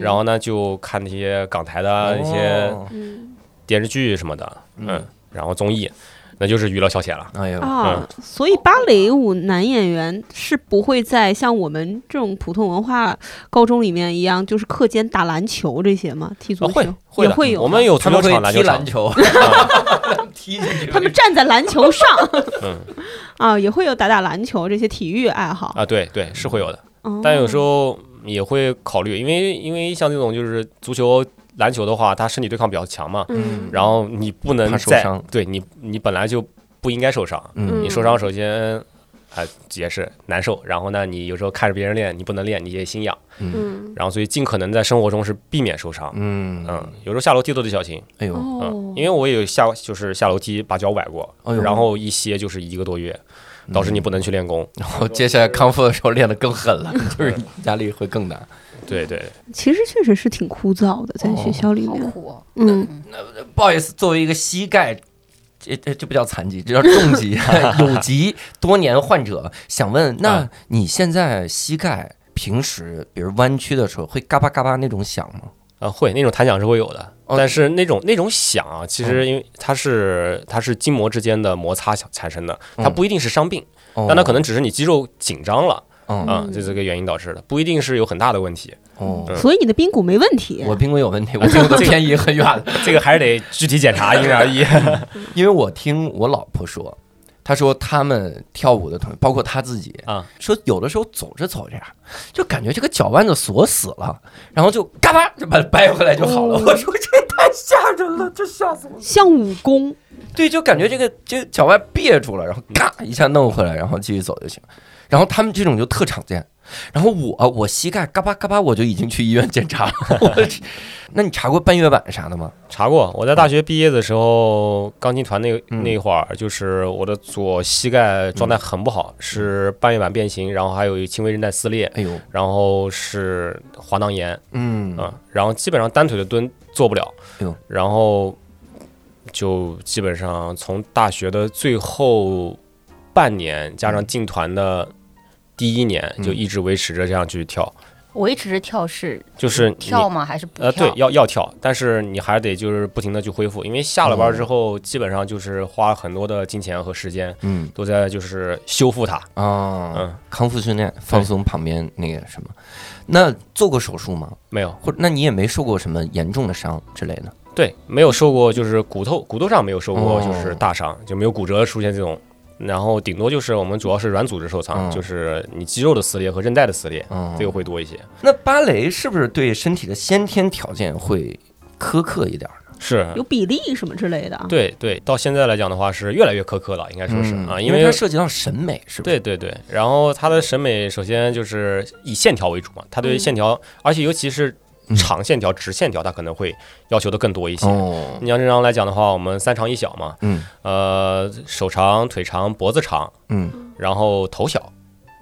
然嗯后呢就看那些港台的一些嗯电视剧什么的，嗯哦嗯，然后综艺，那就是娱乐消遣了。哎呦，啊，嗯所以芭蕾舞男演员是不会在像我们这种普通文化高中里面一样，就是课间打篮球这些吗？踢足啊球、会会也的，会有吗，我们有他足们球会场、篮踢球篮场，球，啊 <laughs> 踢进去。他们站在篮球上， <laughs> <laughs> 嗯啊，也会有打打篮球这些体育爱好。啊，对对，是会有的。哦但有时候也会考虑，因为因为像这种就是足球、篮球的话，它身体对抗比较强嘛，嗯，然后你不能怕受再伤对你你本来就不应该受伤，嗯你受伤首先啊、也是难受，然后呢你有时候看着别人练，你不能练，你也心痒，嗯然后所以尽可能在生活中是避免受伤。嗯嗯，有时候下楼梯都得小心，哎呦，哦嗯，，因为我也有下就是下楼梯把脚崴过，哎呦嗯然后一歇就是一个多月，导致你不能去练功。然后接下来康复的时候练得更狠了，就是压力会更大。对对，其实确实是挺枯燥的，在学校里好面，苦哦。嗯，不好意思，作为一个膝盖。这这这不叫残疾，这叫 <laughs> 啊重疾，有疾多年患者。想问，那你现在膝盖平时比如弯曲的时候会嘎巴嘎巴那种响吗？呃，会那种弹响是会有的，哦但是那种那种响啊，其实因为它是它是筋膜之间的摩擦产产生的，它嗯不一定是伤病，哦但它可能只是你肌肉紧张了嗯啊，就这个原因导致的，不一定是有很大的问 <laughs> 题。哦，嗯所以你的髌骨没问题。我听过有问题，我听 <laughs> 过都偏移很远了。这个还是得具体检查，因人而异。 <laughs> 因为我听我老婆说，她说他们跳舞的同学，包括她自己啊，说有的时候走着走着呀，就感觉这个脚腕子锁死了，然后就嘎巴就把它掰回来就好了。哦我说这也太吓人了，这吓死我了。像武功，对，就感觉这个这个脚腕别住了，然后嘎一下弄回来，然后继续走就行。然后他们这种就特常见。然后我我膝盖嘎巴嘎巴，我就已经去医院检 <laughs> 查了。我去，那你查过半月板啥的吗？查过，我在大学毕业的时候，钢琴团那个嗯那会儿，就是我的左膝盖状态很不嗯好，是半月板变形，然后还有轻微韧带撕裂，哎呦，然后是滑囊炎嗯啊、然后基本上单腿的蹲做不了哎呦，然后就基本上从大学的最后半年，加上进团的第一年，嗯就一直维持着这样去跳，我一直跳是就是你跳吗？还是不呃，跳？对，要要跳，但是你还得就是不停的去恢复，因为下了班之后，基本上就是花很多的金钱和时间嗯都在就是修复它。啊，嗯，康复训练放松旁边那个什么，那做过手术吗？没有，或者那你也没受过什么严重的伤之类的？对，没有受过就是骨头骨头上没有受过就是哦大伤，就没有骨折出现这种。然后顶多就是我们主要是软组织受伤，嗯就是你肌肉的撕裂和韧带的撕裂，嗯，这个会多一些。那芭蕾是不是对身体的先天条件会苛刻一点儿？是。有比例什么之类的啊。嗯对对，到现在来讲的话是越来越苛刻了，应该说是、嗯啊，因为它涉及到审美，是吧？对对对，然后他的审美首先就是以线条为主嘛，他对嗯线条，而且尤其是嗯长线条、直线条，他可能会要求的更多一些。哦，你像正常来讲的话，我们三长一小嘛，嗯呃，手长、腿长、脖子长，嗯，然后头小，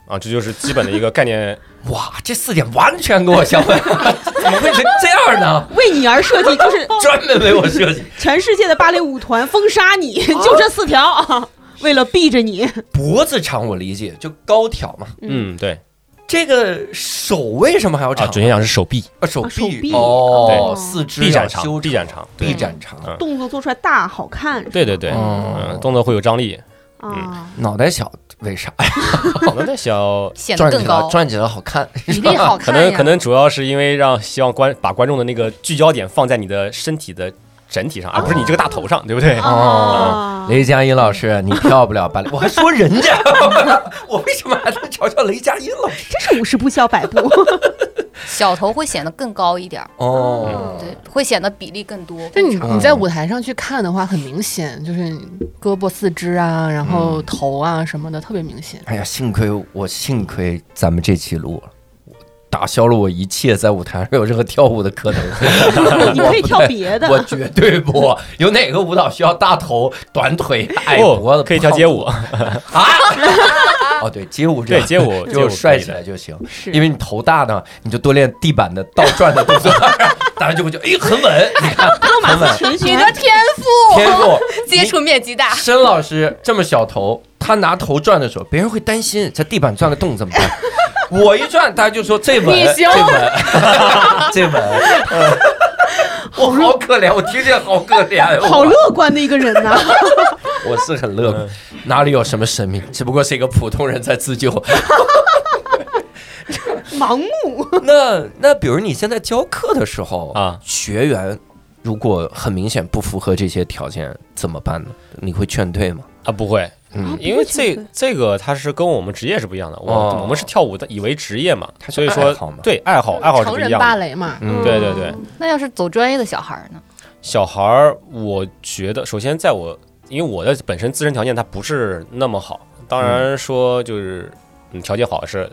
啊，这就是基本的一个概念。嗯哇，这四点完全跟我 <laughs> 相反，怎么会是这样呢？为你而设计， <laughs> 就是专门为我设计，全世界的芭蕾舞团封杀你，就这四条 <laughs> 啊，为了避着你。脖子长我理解，就高挑嘛。嗯，对，这个手为什么还要啊，长？准确讲是手臂，啊，手啊手臂哦对，四肢臂要展修长，臂展长，对臂展长，嗯动作做出来大好看对对嗯对，哦嗯，动作会有张 <laughs> 力，啊，脑袋小为啥？哎可能在小。显得转更起来高，转起来好看， <laughs> 比 <laughs> 例好可看能呀。可能主要是因为让希望观把观众的那个聚焦点放在你的身体的整体上，而不是你这个大头上，对不对？哦啊雷佳音老师，你跳不了芭蕾，我还说人 <laughs> 家，我为什么还在嘲笑雷佳音老师？真是五十步笑百 <laughs> 步。小头会显得更高一点儿，嗯哦，对，会显得比例更多。就你嗯你在舞台上去看的话，很明显，就是你胳膊、四肢啊，然后头啊什么的，特别明显。哎呀，幸亏我幸亏咱们这期录了，打消了我一切在舞台上有任何跳舞的可能。 <laughs> 你可以跳别我的，绝对不有哪个舞蹈需要大头、短腿、哦矮脖子，可以跳街舞，啊！哦， <laughs> 对，街舞这对样街舞 <laughs> 就帅起来，就行。因为你头大呢，你就多练地板的倒转的动作， <laughs> 大家就会觉得哎很稳，你看托马哦很稳斯。全 <laughs> 你旋的天 <laughs> 天赋，赋，接触面积大， <laughs> 申老师这么小头，他拿头转的时候，别人会担心这地板转个洞怎么 <laughs> 办。我一转，大家就说这稳，你行这稳， <laughs> 这稳。 <laughs> 嗯我好可怜，我听见好可怜呀。<laughs> 我好乐观的一个人呐、我是很乐观，哪里有什么神明，只不过是一个普通人在 <laughs> 自救。 <laughs> 盲目。那那比如你现在教课的时候啊学员如果很明显不符合这些条件怎么办呢？你会劝退吗？啊，不会，嗯因为这这个它是跟我们职业是不一样的，我哦我们是跳舞的，以为职业嘛，它是所以爱说好嘛对爱好爱好是成不一人样芭的。蕾嘛，嗯对对对， <laughs> 那要是走专业的小孩儿呢？小孩儿，我觉得首先在我，因为我的本身自身条件它不是那么好，当嗯然说就是嗯条件好是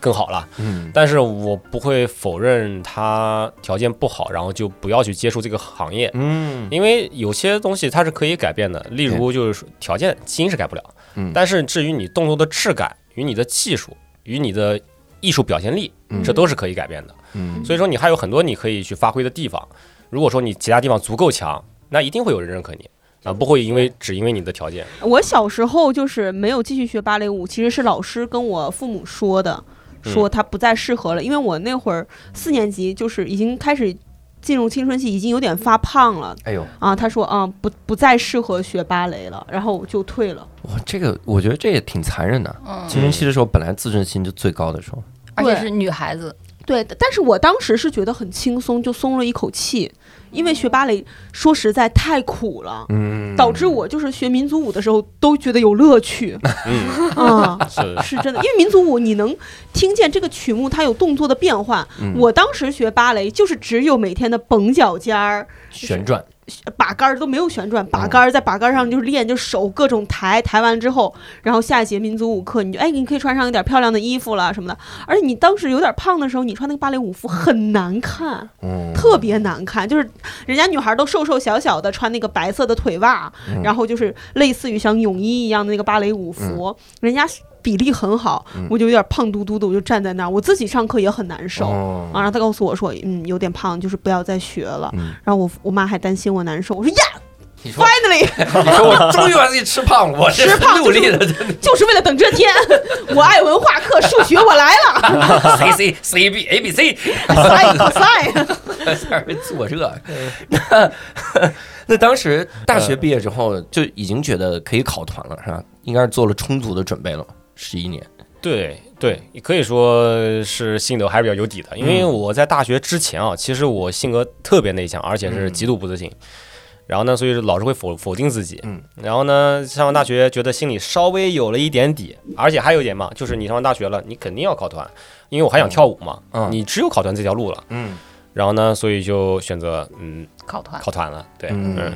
更好了，嗯但是我不会否认他条件不好，然后就不要去接触这个行业。嗯因为有些东西它是可以改变的，例如就是说条件，基因是改不了，嗯但是至于你动作的质感与你的技术与你的艺术表现力嗯，这都是可以改变的。嗯所以说你还有很多你可以去发挥的地方。如果说你其他地方足够强，那一定会有人认可你啊，不会因为只因为你的条件。我小时候就是没有继续学芭蕾舞，其实是老师跟我父母说的。说他不再适合了，因为我那会儿四年级就是已经开始进入青春期，已经有点发胖了哎呦，啊。他说啊，不不再适合学芭蕾了，然后我就退了。哇，这个我觉得这也挺残忍的。嗯，青春期的时候，本来自尊心就最高的时候，而且是女孩子，对，但是我当时是觉得很轻松，就松了一口气，因为学芭蕾说实在太苦了，嗯，导致我就是学民族舞的时候都觉得有乐趣嗯啊。是是真的，因为民族舞你能听见这个曲目它有动作的变换。嗯我当时学芭蕾就是只有每天的绷脚尖儿、<laughs> 旋转，把杆儿都没有旋哦转，把杆儿在把杆儿上就是练，就手各种抬，抬完之后，然后下一节民族舞课，你就哎，你可以穿上一点漂亮的衣服了什么的。而且你当时有点胖的时候，你穿那个芭蕾舞服很难看，哦嗯特别难看，就是人家女孩都瘦瘦小小的，穿那个白色的腿袜，嗯然后就是类似于像泳衣一样的那个芭蕾舞嗯服，人家比例很好，我就有点胖嘟嘟的，我就站在那儿，我自己上课也很难受。哦啊，然后他告诉我说，嗯，有点胖，就是不要再学了。嗯然后我我妈还担心我难受，我说呀你说， ，finally <laughs> 你说我终于把自己吃胖了，我这吃胖努就是力的， <laughs> 就是为了等这天， <laughs> 我爱文化课，数学我来了 C C C B A B C， ，cos cos，在这自我热。嗯 <laughs> 那那当时大学毕业之后就已经觉得可以考团了，是吧？应该是做了充足的准备了。十一年，对对，可以说是性格还是比较有底的。因为嗯我在大学之前啊，其实我性格特别内向，而且是极度不自信。然后呢，所以老是会否否定自己。嗯。然后呢，上完大学觉得心里稍微有了一点底，而且还有一点嘛，嗯就是你上完大学了，你肯定要考团，因为我还想跳舞嘛。嗯你只有考团这条路了。嗯啊然后呢，所以就选择嗯考团，考团了。对，嗯。嗯，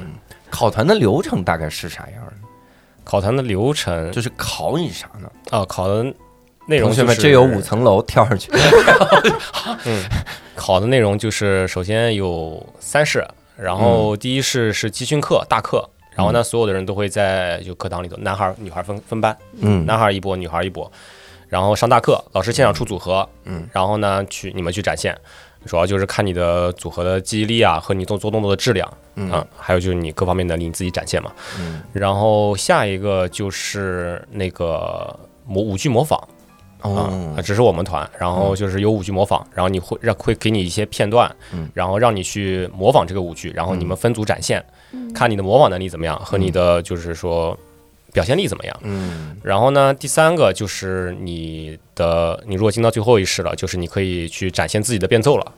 考团的流程大概是啥样的？考团的流程就是考你啥呢？啊，考的内容同就学是们，这有五层楼，跳上 <laughs> 去。考的内容就是首先有三试，然嗯后第一试是集训课大课，然后呢，所有的人都会在就课堂里头，男孩儿女孩儿分分班，嗯男孩儿一波，女孩儿一波，然后上大课，老师现场出组合，嗯，然后呢去你们去展现，主要就是看你的组合的记忆力啊和你做做动作的质量嗯啊，还有就是你各方面能力你自己展现嘛。嗯然后下一个就是那个模舞剧模仿。啊，哦，只是我们团，然后就是有舞剧模仿，然后你会让会给你一些片段嗯，然后让你去模仿这个舞剧，然后你们分组展现，嗯看你的模仿能力怎么样和你的就是说表现力怎么样。嗯然后呢，第三个就是你的，你如果进到最后一式了，就是你可以去展现自己的变奏了。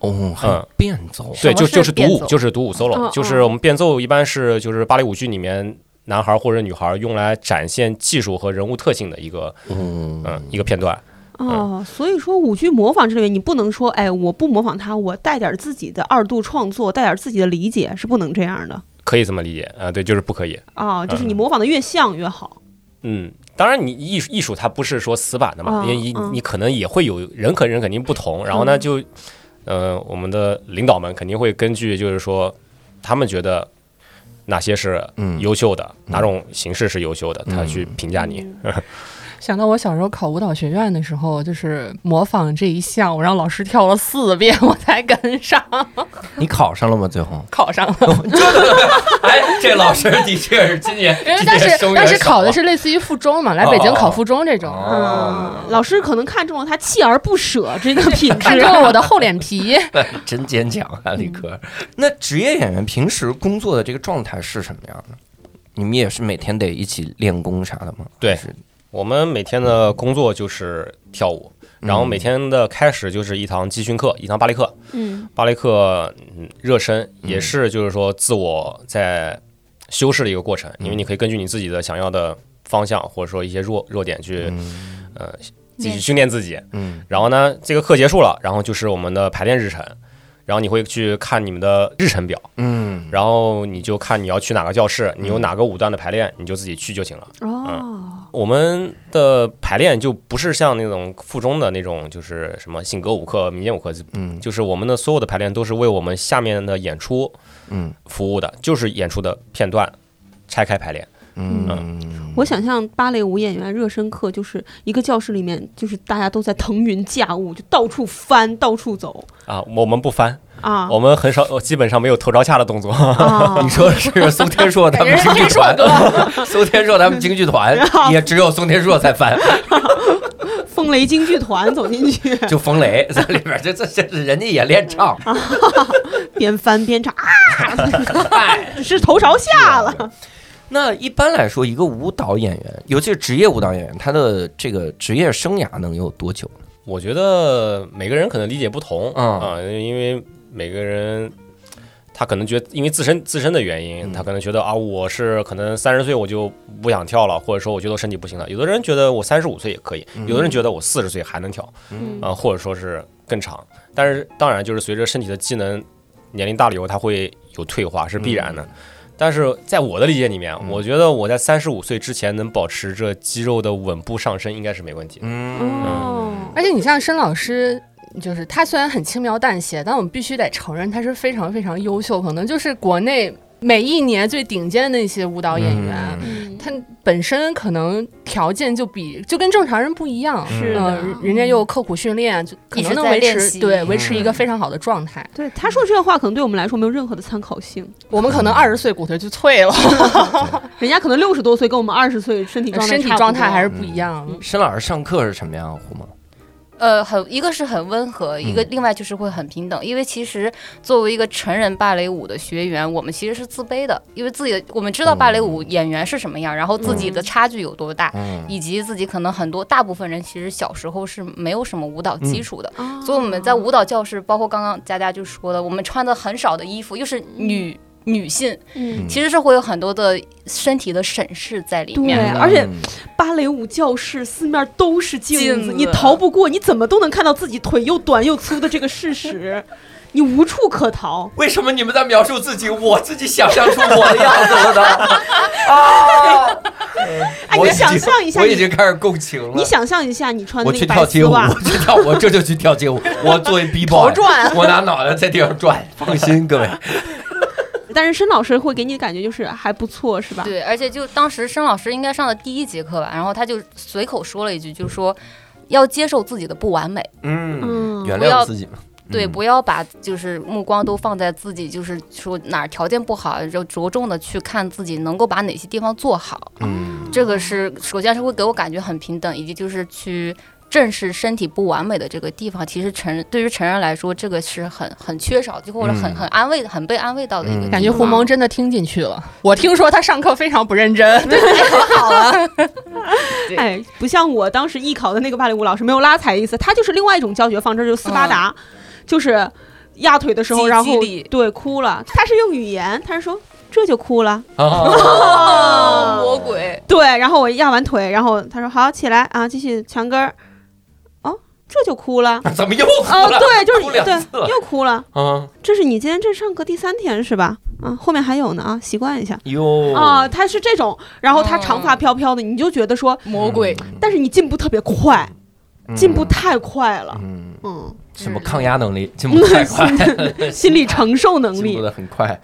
哦，还有变奏。啊对，么就是就是独变舞，奏就是独舞 solo，哦就是我们变奏一般是就是芭蕾舞剧里面男孩或者女孩用来展现技术和人物特性的一个嗯嗯一个片段。哦，所以说舞剧模仿这里面，你不能说，哎，我不模仿他，我带点自己的二度创作，带点自己的理解是不能这样的可以这么理解啊、对，就是不可以。啊、就是你模仿的越像越好。嗯，当然你艺术艺术它不是说死板的嘛，嗯因为你嗯你可能也会有人和人肯定不同，然后呢嗯就，呃，我们的领导们肯定会根据就是说他们觉得哪些是嗯优秀的，哪种形式是优秀的，他去评价你。嗯想到我小时候考舞蹈学院的时候，就是模仿这一项，我让老师跳了四遍， <laughs> 我才跟上，你考上了吗？最后？考上了。 <laughs> 哎，这老师的确是今年，因为当时今年当时考的是类似于附中嘛，来北京考附中这种，哦嗯，老师可能看中了他锲而不舍这个品 <laughs> 看质中。了我的厚脸皮。 <laughs> 真坚强啊，李科。嗯那职业演员平时工作的这个状态是什么样的？你们也是每天得一起练功啥的吗？对是我们每天的工作就是跳舞，嗯然后每天的开始就是一堂集训课，一堂芭蕾课。嗯芭蕾课，嗯，热身也嗯是就是说自我在修饰的一个过程，因为嗯你可以根据你自己的想要的方向或者说一些弱弱点去嗯自己练训练自己。嗯然后呢，这个课结束了，然后就是我们的排练日程，然后你会去看你们的日程表，嗯，然后你就看你要去哪个教室，你有哪个舞段的排练，你就自己去就行了。哦，我们的排练就不是像那种附中的那种，就是什么性格舞课、民间舞课，嗯就是我们的所有的排练都是为我们下面的演出嗯服务的，就是演出的片段拆开排练。嗯，我想象芭蕾舞演员热身课就是一个教室里面，就是大家都在腾云驾雾，就到处翻，到处走啊，我们不翻，啊我们很少，呃基本上没有头朝下的动作。啊！ <laughs> 你说是苏天硕他们京剧 <laughs> <laughs> 团，苏天硕他们京剧团也只有宋天硕才翻，风雷京剧团走进去， <laughs> <laughs> 就冯雷在里边，这这这人家也练唱，边翻边唱啊， <laughs> 是头朝下了。那一般来说，一个舞蹈演员，尤其是职业舞蹈演员，他的这个职业生涯能有多久？我觉得每个人可能理解不同嗯啊，因为每个人他可能觉得，因为自身自身的原因，嗯他可能觉得啊，我是可能三十岁我就不想跳了，或者说我觉得我身体不行了。有的人觉得我三十五岁也可以，嗯有的人觉得我四十岁还能跳嗯啊，或者说是更长。但是当然就是随着身体的机能年龄大了以后，它会有退化是必然的。但是在我的理解里面，嗯我觉得我在三十五岁之前能保持着肌肉的稳步上升，应该是没问题的。嗯哦，而且你像申老师，就是他虽然很轻描淡写，但我们必须得承认他是非常非常优秀，可能就是国内每一年最顶尖的那些舞蹈演员。嗯他本身可能条件就比就跟正常人不一样，是嗯、的人家又刻苦训练，啊就可一能直能在维练持习对维持一个嗯非常好的状态。对他说这话，可能对我们来说没有任何的参考性。我们可能二十岁骨头就脆了，人家可能六十多岁，跟我们二十岁身体状态身体差不状多态还是不一样。嗯申老师上课是什么样的吗？呃，很一个是很温和，一个嗯另外就是会很平等，因为其实作为一个成人芭蕾舞的学员，我们其实是自卑的，因为自己的我们知道芭蕾嗯舞演员是什么样，然后自己的差距有多大，嗯，以及自己可能很多大部分人其实小时候是没有什么舞蹈嗯基础的，啊所以我们在舞蹈教室，包括刚刚佳佳就说的，我们穿的很少的衣服，又是女。女性嗯其实是会有很多的身体的审视在里面对，嗯的，嗯而且芭蕾舞教室四面都是镜镜子，子你逃不过，你怎么都能看到自己腿又短又粗的这个事实，你无处可逃。为什么你们在描述自己，我自己想象出我的样子了呢？ <laughs> 啊！哎，我你已经想象一下我已你。经开始共情了。你想象一下，你穿我那去个白跳街丝舞，袜我，去跳，我这就去跳 <laughs> 街舞。我作为 B boy，转 <laughs> 我拿脑袋在地上转， <laughs> 放心，各位。但是申老师会给你的感觉就是还不错，是吧？对，而且就当时申老师应该上的第一节课吧，然后他就随口说了一句，就说要接受自己的不完美，嗯，嗯，原不要谅自己嘛。对，嗯不要把就是目光都放在自己，就是说哪儿条件不好，就着重的去看自己能够把哪些地方做好。嗯这个是首先是会给我感觉很平等，以及就是去。正视身体不完美的这个地方，其实成人对于成人来说，这个是很很缺少，就或者很嗯很安慰、很被安慰到的一个地嗯方。感觉胡蒙真的听进去了。我听说他上课非常不认真， <laughs> 啊对哎，不像我当时艺考的那个芭蕾舞老师没有拉踩的意思，他就是另外一种教学方式，就是斯巴达，就是压腿的时候，击然后击力对哭了，他是用语言，他是说这就哭了，哦啊，嗯啊，魔鬼，对，然后我压完腿，然后他说好起来啊，继续墙根儿，哦，这就哭了，啊 <laughs> 怎么又哦，哭了？对，就哭是两对次了，又哭了，啊，这是你今天这上课第三天是吧？啊，后面还有呢啊，习惯一下。哟啊，，他是这种，然后他长发哦飘飘的，你就觉得说，魔鬼，但是你进步特别快，进步太快了，嗯，嗯，什么抗压能力进 <laughs> 步太快，心理承受能 <laughs> 进力步，的很快。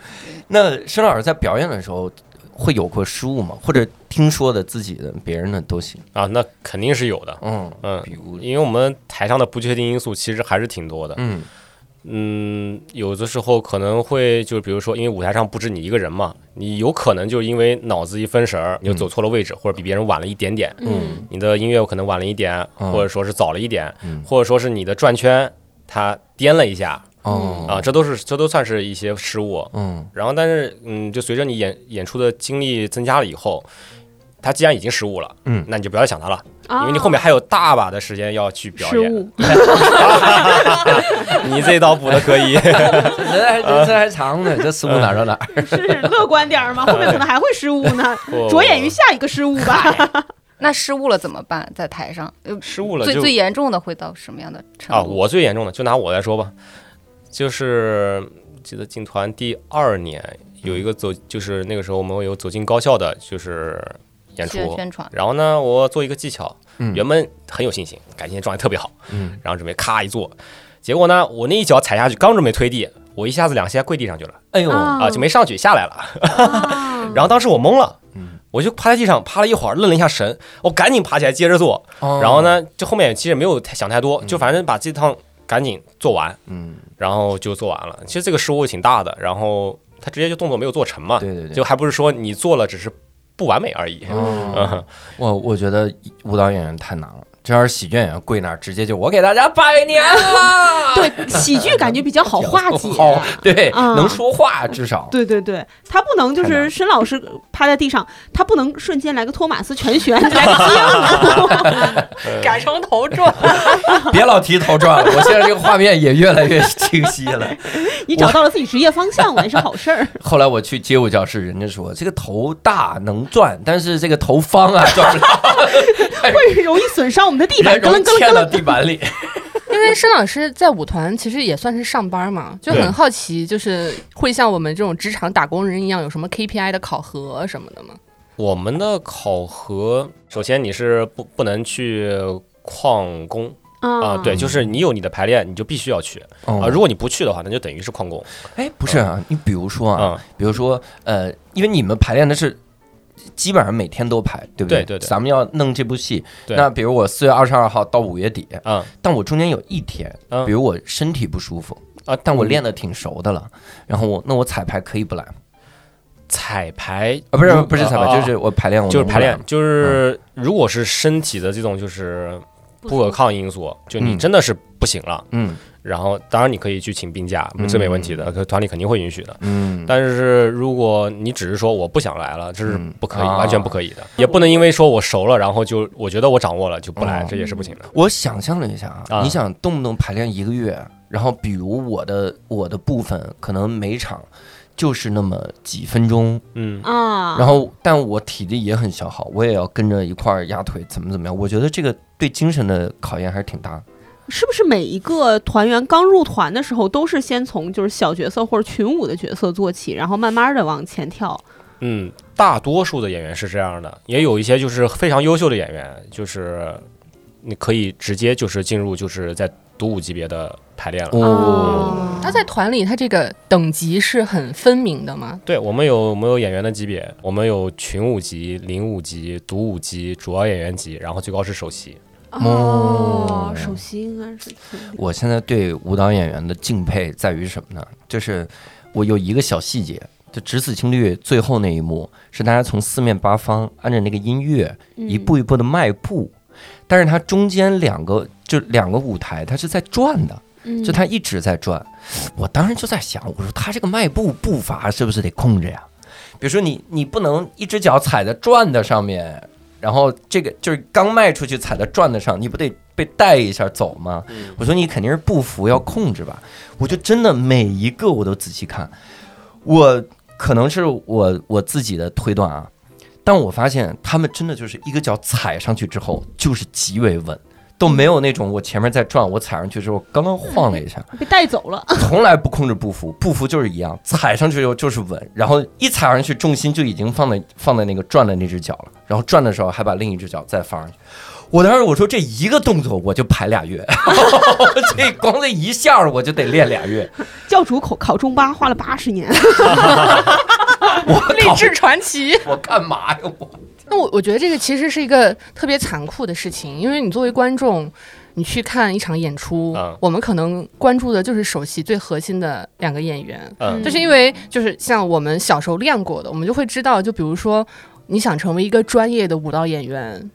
那申老师在表演的时候会有过失误吗？或者听说的自己的、别人的都行。啊，那肯定是有的。嗯嗯，比如，因为我们台上的不确定因素其实还是挺多的。嗯嗯，有的时候可能会就是比如说，因为舞台上不止你一个人嘛，你有可能就是因为脑子一分神儿，你就走错了位置，或者比别人晚了一点点，嗯你的音乐可能晚了一点，嗯或者说是早了一点，嗯或者说是你的转圈它颠了一下哦啊，这都是这都算是一些失误。嗯然后，但是，嗯，就随着你演演出的经历增加了以后，它既然已经失误了，嗯那你就不要再想它了，啊因为你后面还有大把的时间要去表失演。误，你这刀补的可以，人还人生还长呢，这失误哪儿到哪儿？是乐观点儿嘛，后面可能还会失误呢， <laughs> 我着眼于下一个失误吧。那失误了怎么办？在台上，呃失误了最就最严重的会到什么样的程度？啊，我最严重的就拿我来说吧，就是记得进团第二年有一个走，就是那个时候我们有走进高校的，就是演宣出。宣传，然后呢，我做一个技巧，嗯原本很有信心，感觉状态特别好，嗯，然后准备咔一坐，结果呢，我那一脚踩下去，刚准备推地，我一下子两下跪地上去了哎呦，啊，就没上去，下来了。 <laughs> 啊然后当时我懵了嗯。我就趴在地上趴了一会儿，愣了一下神，我赶紧爬起来接着做。嗯哦然后呢，这后面其实没有太想太多，就反正把这趟赶紧做完，嗯？然后就做完了。其实这个失误挺大的，然后他直接就动作没有做成嘛嗯，，对对对，就还不是说你做了只是不完美而已。<laughs> 哦嗯，我我觉得舞蹈演员太难了，这要是喜剧演员跪那儿，直接就我给大家拜年了。 <laughs> 对，喜剧感觉比较好化解。好，对，啊 <laughs> 能说话至少。对对对，他不能就太难是沈老师趴在地上，他不能瞬间来个托马斯全旋，来个呃改成头撞，别老提头转了，我现在这个画面也越来越清晰了。惊，你找到了自己职业方向了，也是好事儿。后来我去街舞教室，人家说这个头大能转，但是这个头方啊转不了，会容易损伤我们的地板，人咯容楞易咯楞嵌咯到 <laughs> 楞。地板里。因为申老师在舞团其实也算是上班嘛，就对很好奇，就是会像我们这种职场打工人一样有什么 KPI 的考核什么的吗？我们的考核，首先你是不不能去旷工嗯啊，对，就是你有你的排练，你就必须要去哦啊。如果你不去的话，那就等于是旷工哎，不是啊，你比如说啊，啊。比如说呃，因为你们排练的是。基本上每天都排，对不对对对咱们要弄这部戏，对那比如我四月二十二号到五月底，嗯但我中间有一天，嗯比如我身体不舒服，啊，但嗯我练的挺熟的了，然后我那我彩排可以不来吗？彩排啊，不是不是彩排，嗯啊就是我排练我能就是哦不排来练吗，就是如果是身体的这种就是不可抗因素，就你嗯真的是不行了，嗯然后当然你可以去请病假，这没问题的，可团里肯定会允许的。嗯，但是如果你只是说我不想来了，这是嗯不可以，啊完全不可以的，也不能因为说我熟了，然后就我觉得我掌握了就不来，哦这也是不行的。我想象了一下啊，啊你想动不动排练一个月，然后比如我的我的部分可能每场就是那么几分钟，嗯，啊，然后但我体力也很消耗，我也要跟着一块儿压腿，怎么怎么样？我觉得这个对精神的考验还是挺大的。是不是每一个团员刚入团的时候，都是先从就是小角色或者群舞的角色做起，然后慢慢的往前跳？嗯，大多数的演员是这样的，也有一些就是非常优秀的演员，就是你可以直接就是进入就是在独舞级别的排练了。哦那在团里，他这个等级是很分明的吗？对我们有我们有演员的级别，我们有群舞级、领舞级、独舞级、主要演员级，然后最高是首席。哦首席应该是挺我现在对舞蹈演员的敬佩在于什么呢？就是我有一个小细节，就《只此青绿》最后那一幕是大家从四面八方按着那个音乐，嗯一步一步的迈步，但是它中间两个就两个舞台，它是在转的，嗯就它一直在转。我当时就在想，我说他这个迈步步伐是不是得控制呀？比如说你你不能一只脚踩在转的上面，然后这个就是刚迈出去踩在转的上，你不得被带一下走吗？我说你肯定是步幅要控制吧。我就真的每一个我都仔细看，我可能是我我自己的推断啊，但我发现他们真的就是一个脚踩上去之后就是极为稳，都没有那种我前面在转，我踩上去之后刚刚晃了一下，被带走了。从来不控制步幅，步幅就是一样，踩上去之后就是稳，然后一踩上去重心就已经放在放在那个转的那只脚了，然后转的时候还把另一只脚再放上去。我当时我说这一个动作我就排俩月， <laughs> 这光这一下儿我就得练俩月。教主考考中八花了八十年，我 <laughs> 励靠，志传奇。我干嘛呀？我 <laughs> 那我我觉得这个其实是一个特别残酷的事情，因为你作为观众，你去看一场演出，嗯我们可能关注的就是首席最核心的两个演员，嗯嗯就是因为就是像我们小时候练过的，我们就会知道，就比如说你想成为一个专业的舞蹈演员。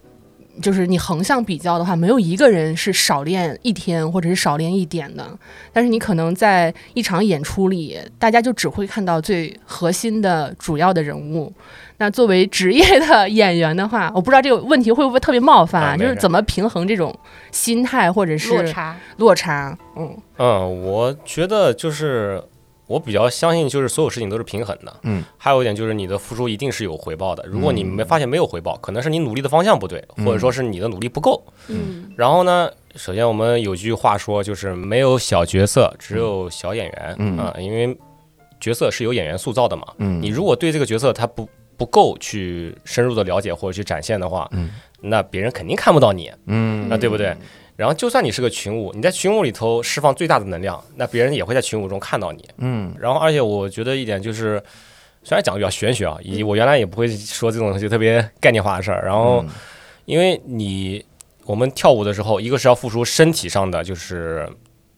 就是你横向比较的话，没有一个人是少练一天或者是少练一点的。但是你可能在一场演出里，大家就只会看到最核心的主要的人物。那作为职业 <laughs> 的演员的话，我不知道这个问题会不会特别冒犯，啊没就事是怎么平衡这种心态或者是落差。落差嗯，嗯，我觉得就是我比较相信，就是所有事情都是平衡的。嗯，还有一点就是你的付出一定是有回报的。如果你嗯没发现没有回报，可能是你努力的方向不对，或者说是你的努力不够。嗯，然后呢，首先我们有句话说，就是没有小角色，只有小演员。嗯啊、因为角色是由演员塑造的嘛。嗯你如果对这个角色他不不够去深入的了解或者去展现的话，嗯那别人肯定看不到你，嗯那对不对？然后就算你是个群舞，你在群舞里头释放最大的能量，那别人也会在群舞中看到你。嗯然后而且我觉得一点就是，虽然讲的比较玄学啊，以嗯及我原来也不会说这种东西特别概念化的事儿。然后嗯因为你我们跳舞的时候，一个是要付出身体上的就是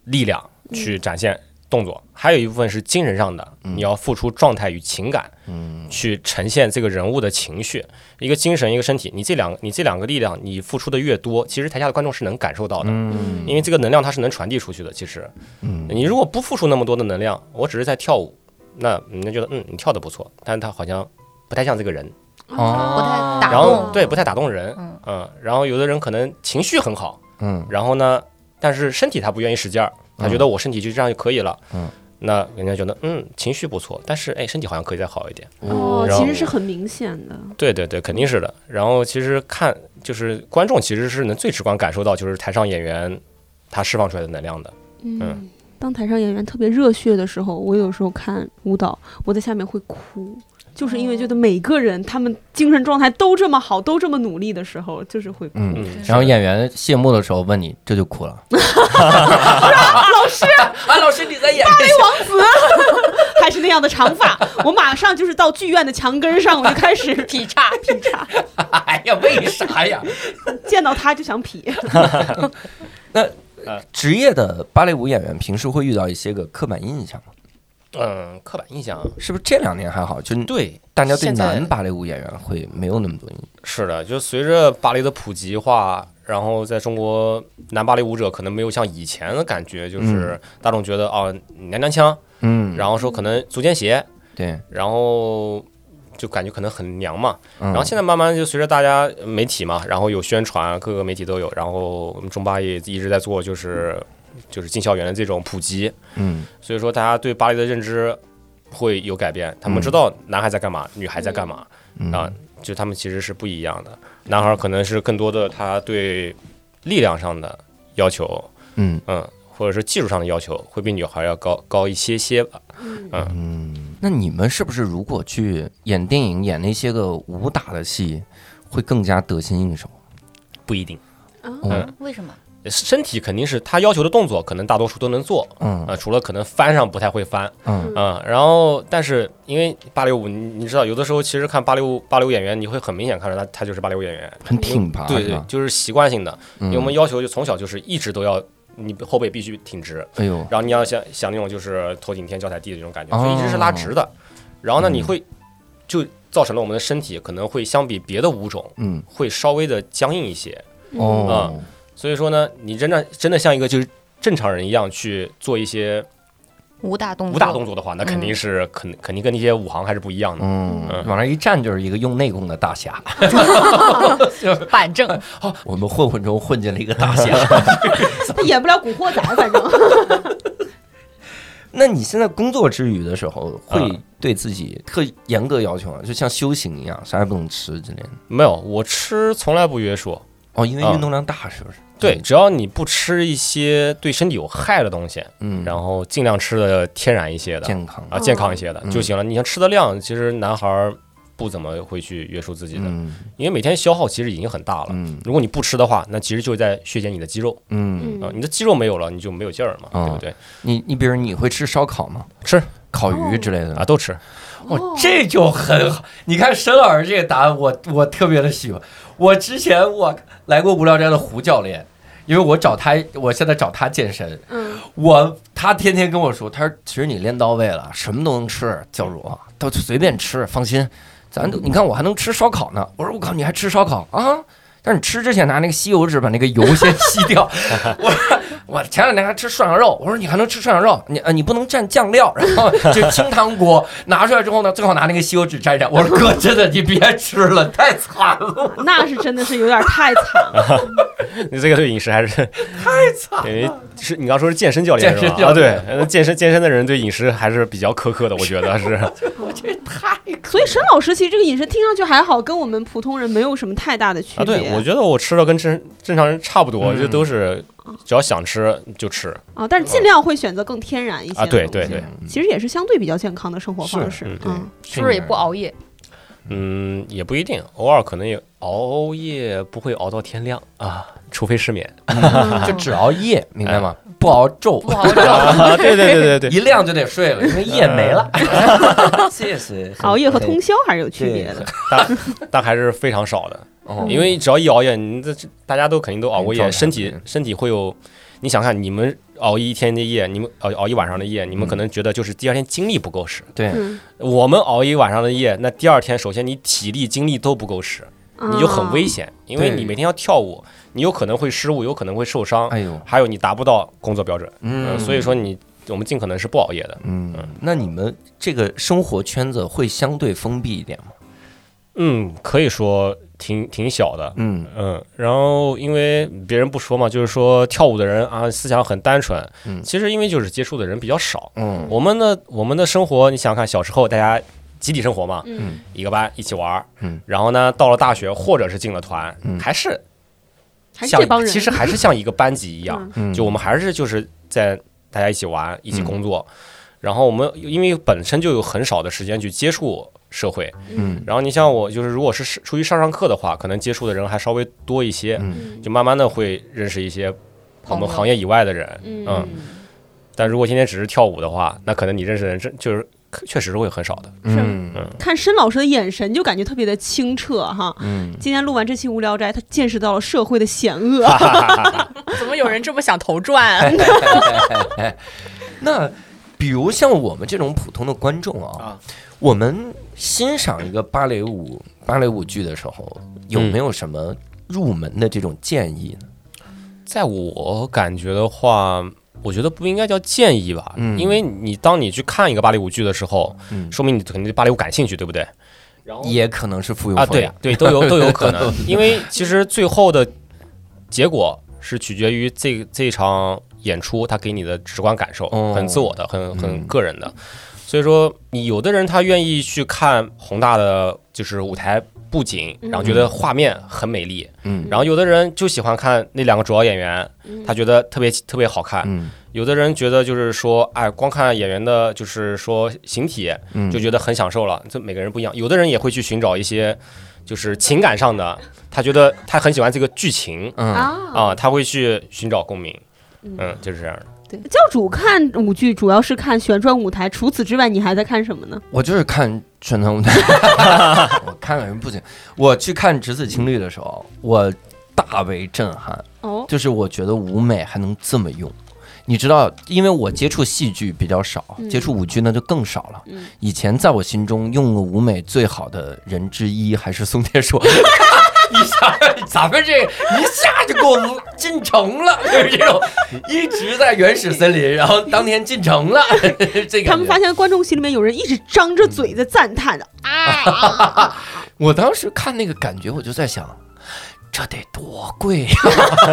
力量去展现动作，还有一部分是精神上的，嗯你要付出状态与情感嗯去呈现这个人物的情绪，一个精神，一个身体。你这两你这两个力量，你付出的越多，其实台下的观众是能感受到的，嗯因为这个能量它是能传递出去的。其实嗯你如果不付出那么多的能量，我只是在跳舞，那人家觉得嗯你跳的不错，但是他好像不太像这个人，哦不太打然后动。对不太打动人，嗯嗯，然后有的人可能情绪很好。嗯然后呢，但是身体他不愿意使劲儿，他觉得我身体就这样就可以了。嗯，那人家觉得嗯情绪不错，但是哎身体好像可以再好一点。哦，然后其实是很明显的。嗯对对对，肯定是的。然后其实看就是观众其实是能最直观感受到就是台上演员他释放出来的能量的。嗯，当台上演员特别热血的时候，我有时候看舞蹈，我在下面会哭，就是因为觉得每个人他们精神状态都这么好，都这么努力的时候，就是会哭。嗯。嗯，然后演员谢幕的时候问你，这就哭了。啊，老师你在演，还是那样的长发，我马上就是到剧院的墙根上，我就开始劈叉劈 <laughs> 叉，哎呀，为啥呀？见到他就想劈。职业的芭蕾舞演员平时会遇到一些个刻板印象吗？嗯，刻板印象是不是这两年还好？就对大家对现在男芭蕾舞演员会没有那么多印象。是的，就随着芭蕾的普及化，然后在中国男芭蕾舞者可能没有像以前的感觉，就是大众觉得哦娘娘腔，嗯然后说可能足尖鞋，对，然后就感觉可能很娘嘛。然然后现在慢慢就随着大家呃媒体嘛，然后有宣传，各个媒体都有，然后我们中巴也一直在做，就是就是进校园的这种普及，嗯所以说大家对芭蕾的认知会有改变，他们知道男孩在干嘛，女孩在干嘛嗯啊，就他们其实是不一样的。男孩可能是更多的他对力量上的要求，嗯嗯，或者是技术上的要求会比女孩要高高一些些吧。嗯，那你们是不是如果去演电影演那些个武打的戏，会更加得心应手？不一定，嗯为什么？身体肯定是他要求的动作，可能大多数都能做，嗯呃，除了可能翻上不太会翻，嗯嗯，然后但是因为芭蕾舞，你你知道，有的时候其实看芭蕾舞芭蕾舞演员，你会很明显看出他他就是芭蕾舞演员，很挺拔，对是对嗯吧，就是习惯性的，因为我们啊嗯要求就从小就是一直都要你后背必须挺直，哎呦，然后你要想想那种就是头顶天脚踩地的这种感觉，哦所以一直是拉直的，然后呢嗯你会就造成了我们的身体可能会相比别的舞种嗯会稍微的僵硬一些，哦，所以说呢，你真的真的像一个就是正常人一样去做一些武打动作，武打动作的话，那肯定是肯肯定跟那些武行还是不一样的。嗯嗯，往那一站就是一个用内功的大侠。板正， <laughs> 哦，我们混混中混进了一个大侠。他演不了古 <laughs> 惑仔，反正 <laughs> 那你现在工作之余的时候，会嗯对自己特严格要求吗？就像修行一样，啥也不能吃之类的。没有，我吃从来不约束。哦，因为嗯运动量大，是不是？对，，只要你不吃一些对身体有害的东西，嗯，然后尽量吃的天然一些的健康啊，健康一些的嗯就行了。你像吃的量，其实男孩儿不怎么会去约束自己的，嗯因为每天消耗其实已经很大了。嗯如果你不吃的话，那其实就在削减你的肌肉嗯，啊、你的肌肉没有了，你就没有劲儿了嘛，哦对不对？ <laughs> 你你比如你会吃烧烤吗？吃烤鱼之类的啊，？都吃。哦，这就很好。你看申老师这个答案，我我特别的喜欢。我之前我来过无聊斋的胡教练，因为我找他，我现在找他健身。嗯，我他天天跟我说，他说其实你练到位了，什么都能吃，教主都随便吃，放心。咱都你看我还能吃烧烤呢。我说我靠，你还吃烧烤啊？但是你吃之前拿那个吸油纸把那个油先吸掉。我说我前两天还吃涮羊肉，我说你还能吃涮羊肉？你呃你不能蘸酱料，然后就清汤锅拿出来之后呢，最好拿那个吸油纸蘸一蘸。我说哥，真的你别吃了，太惨了。那是真的是有点太惨了。你这个对饮食还是太惨了。是你刚说是健身教练是吧？健身教练啊，对，呃健身健身的人对饮食还是比较苛刻的，我觉得是。所以沈老师其实这个饮食听上去还好，跟我们普通人没有什么太大的区 <laughs> 啊，别。对，我觉得我吃的跟正正常人差不多，嗯就都是只要想吃就吃啊，但是尽量会选择更天然一些。啊，对对，对，其实也是相对比较健康的生活方是式。嗯嗯，嗯是不是也不熬夜？嗯，也不一定，偶尔可能也熬夜不会熬到天亮啊，除非失眠嗯嗯就只熬夜，明白吗？不熬昼不，熬夜， <laughs> 啊，对对对对对，一亮就得睡了，因为夜没了。 <laughs> 谢谢。呃哎熬夜和通宵还是有区别的。 <laughs> 但还是非常少的，哦，因为只要一熬夜，你这大家都肯定都熬过状夜，态身体嗯身体会有，你想看你们熬一天的夜，你们熬熬一晚上的夜，你们可能觉得就是第二天精力不够使。对嗯，我们熬一晚上的夜，那第二天首先你体力精力都不够使，你就很危险。险，因为对你每天要跳舞，你有可能会失误，有可能会受伤，哎呦，还有你达不到工作标准。嗯嗯，所以说你我们尽可能是不熬夜的。嗯，那你们这个生活圈子会相对封闭一点吗？嗯，可以说挺挺小的。嗯嗯，然后因为别人不说嘛，就是说跳舞的人啊，思想很单纯。嗯其实因为就是接触的人比较少，嗯我们的我们的生活，你想想看，小时候大家集体生活嘛，嗯一个班一起玩儿，嗯然后呢，到了大学或者是进了团，嗯还是还是像这帮人，嗯其实还是像一个班级一样，嗯就我们还是就是在大家一起玩，一起工嗯作。然后我们因为本身就有很少的时间去接触社会，嗯然后你像我，就是如果是是出去上上课的话，可能接触的人还稍微多一些，嗯嗯就慢慢的会认识一些我朋友们行业以外的人。嗯嗯，但如果天天只是跳舞的话，那可能你认识的人真就是确实是会很少的。是嗯看申老师的眼神就感觉特别的清澈哈。嗯，今天录完这期《无聊斋》，他见识到了社会的险恶。怎么有人这么想头啊 <laughs> 转？那比如像我们这种普通的观众啊啊，我们欣赏一个芭蕾舞芭蕾舞剧的时候，有没有什么入门的这种建议呢？在我感觉的话，我觉得不应该叫建议吧，嗯因为你当你去看一个芭蕾舞剧的时候，嗯说明你肯定对芭蕾舞感兴趣，对不对？然后也可能是附庸啊，风对雅对，都有都有可 <laughs> 能，因为其实最后的结果是取决于这这场演出它给你的直观感受，哦很自我的，很很嗯个人的。所以说，你有的人他愿意去看宏大的就是舞台布景，然后觉得画面很美丽，嗯然后有的人就喜欢看那两个主要演员，他觉得特别特别好看。嗯有的人觉得就是说，哎，光看演员的，就是说形体嗯，就觉得很享受了。这每个人不一样，有的人也会去寻找一些就是情感上的，他觉得他很喜欢这个剧情嗯哦啊，他会去寻找共鸣。嗯嗯，就是这样的。教主看舞剧主要是看旋转舞台，除此之外，你还在看什么呢？我就是看传统舞台， <laughs> 我看了人不行。我去看《只子青绿》的时候，我大为震撼，哦，就是我觉得舞美还能这么用。你知道，因为我接触戏剧比较少，嗯接触舞剧那就更少了。嗯以前在我心中用了舞美最好的人之一还是宋天 <laughs> 硕。一下，咱们这一下就给我拉进城了，就是这种一直在原始森林，然后当天进城了， <laughs> 这个他们发现观众席里面有人一直张着嘴在赞叹的，我当时看那个感觉，我就在想，这得多贵呀、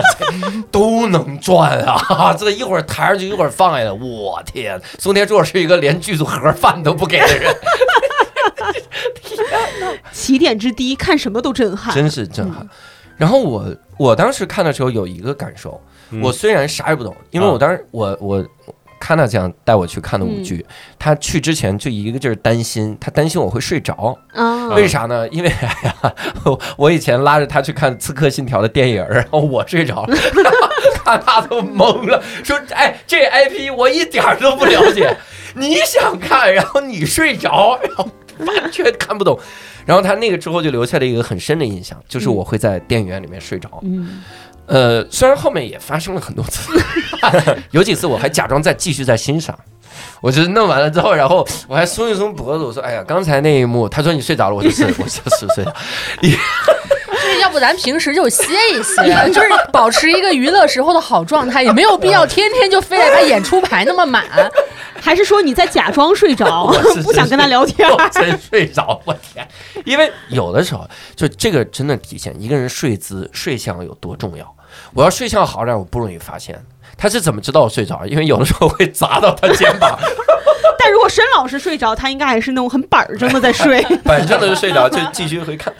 <laughs> 都能赚啊！这一会儿抬上去，一会儿放下来，我天！宋天硕是一个连剧组盒饭都不给的人，起点之低，看什么都震撼。真是震撼。然后我我当时看的时候有一个感受，嗯我虽然啥也不懂，因为啊我当时我我看他讲带我去看的舞剧，他去之前就一个劲儿担心，他担心我会睡着，啊，为啥呢？因为、 <laughs> 哎呀，我我以前拉着他去看《刺客信条》的电影，然后我睡着了， <laughs> 看他都懵了，说：“哎，这 IP 我一点儿都不了解，你想看，然后你睡着，然后完全看不懂。”然后他那个之后就留下了一个很深的印象，就是我会在电影院里面睡着。嗯，呃，虽然后面也发生了很多次， <laughs> 有几次我还假装在继续在欣赏。我就是弄完了之后，然后我还松一松脖子，我说：“哎呀，刚才那一幕。”他说：“你睡着了。”我就是，我就是睡着。就是要不咱平时就歇一歇， <laughs> 就是保持一个娱乐时候的好状态，也没有必要天天就非得把演出排那么满。还是说你在假装睡 <laughs> 着 <laughs> 是是，不想跟他聊天？我真睡着，我天！因为有的时候，就这个真的体现一个人睡姿、睡相有多重要。我要睡相好点，我不容易发现。他是怎么知道我睡着？因为有的时候会砸到他肩膀，但如果申老师睡着，他应该还是那种很板正的在 <laughs> 睡反正他就睡着，就继续回看。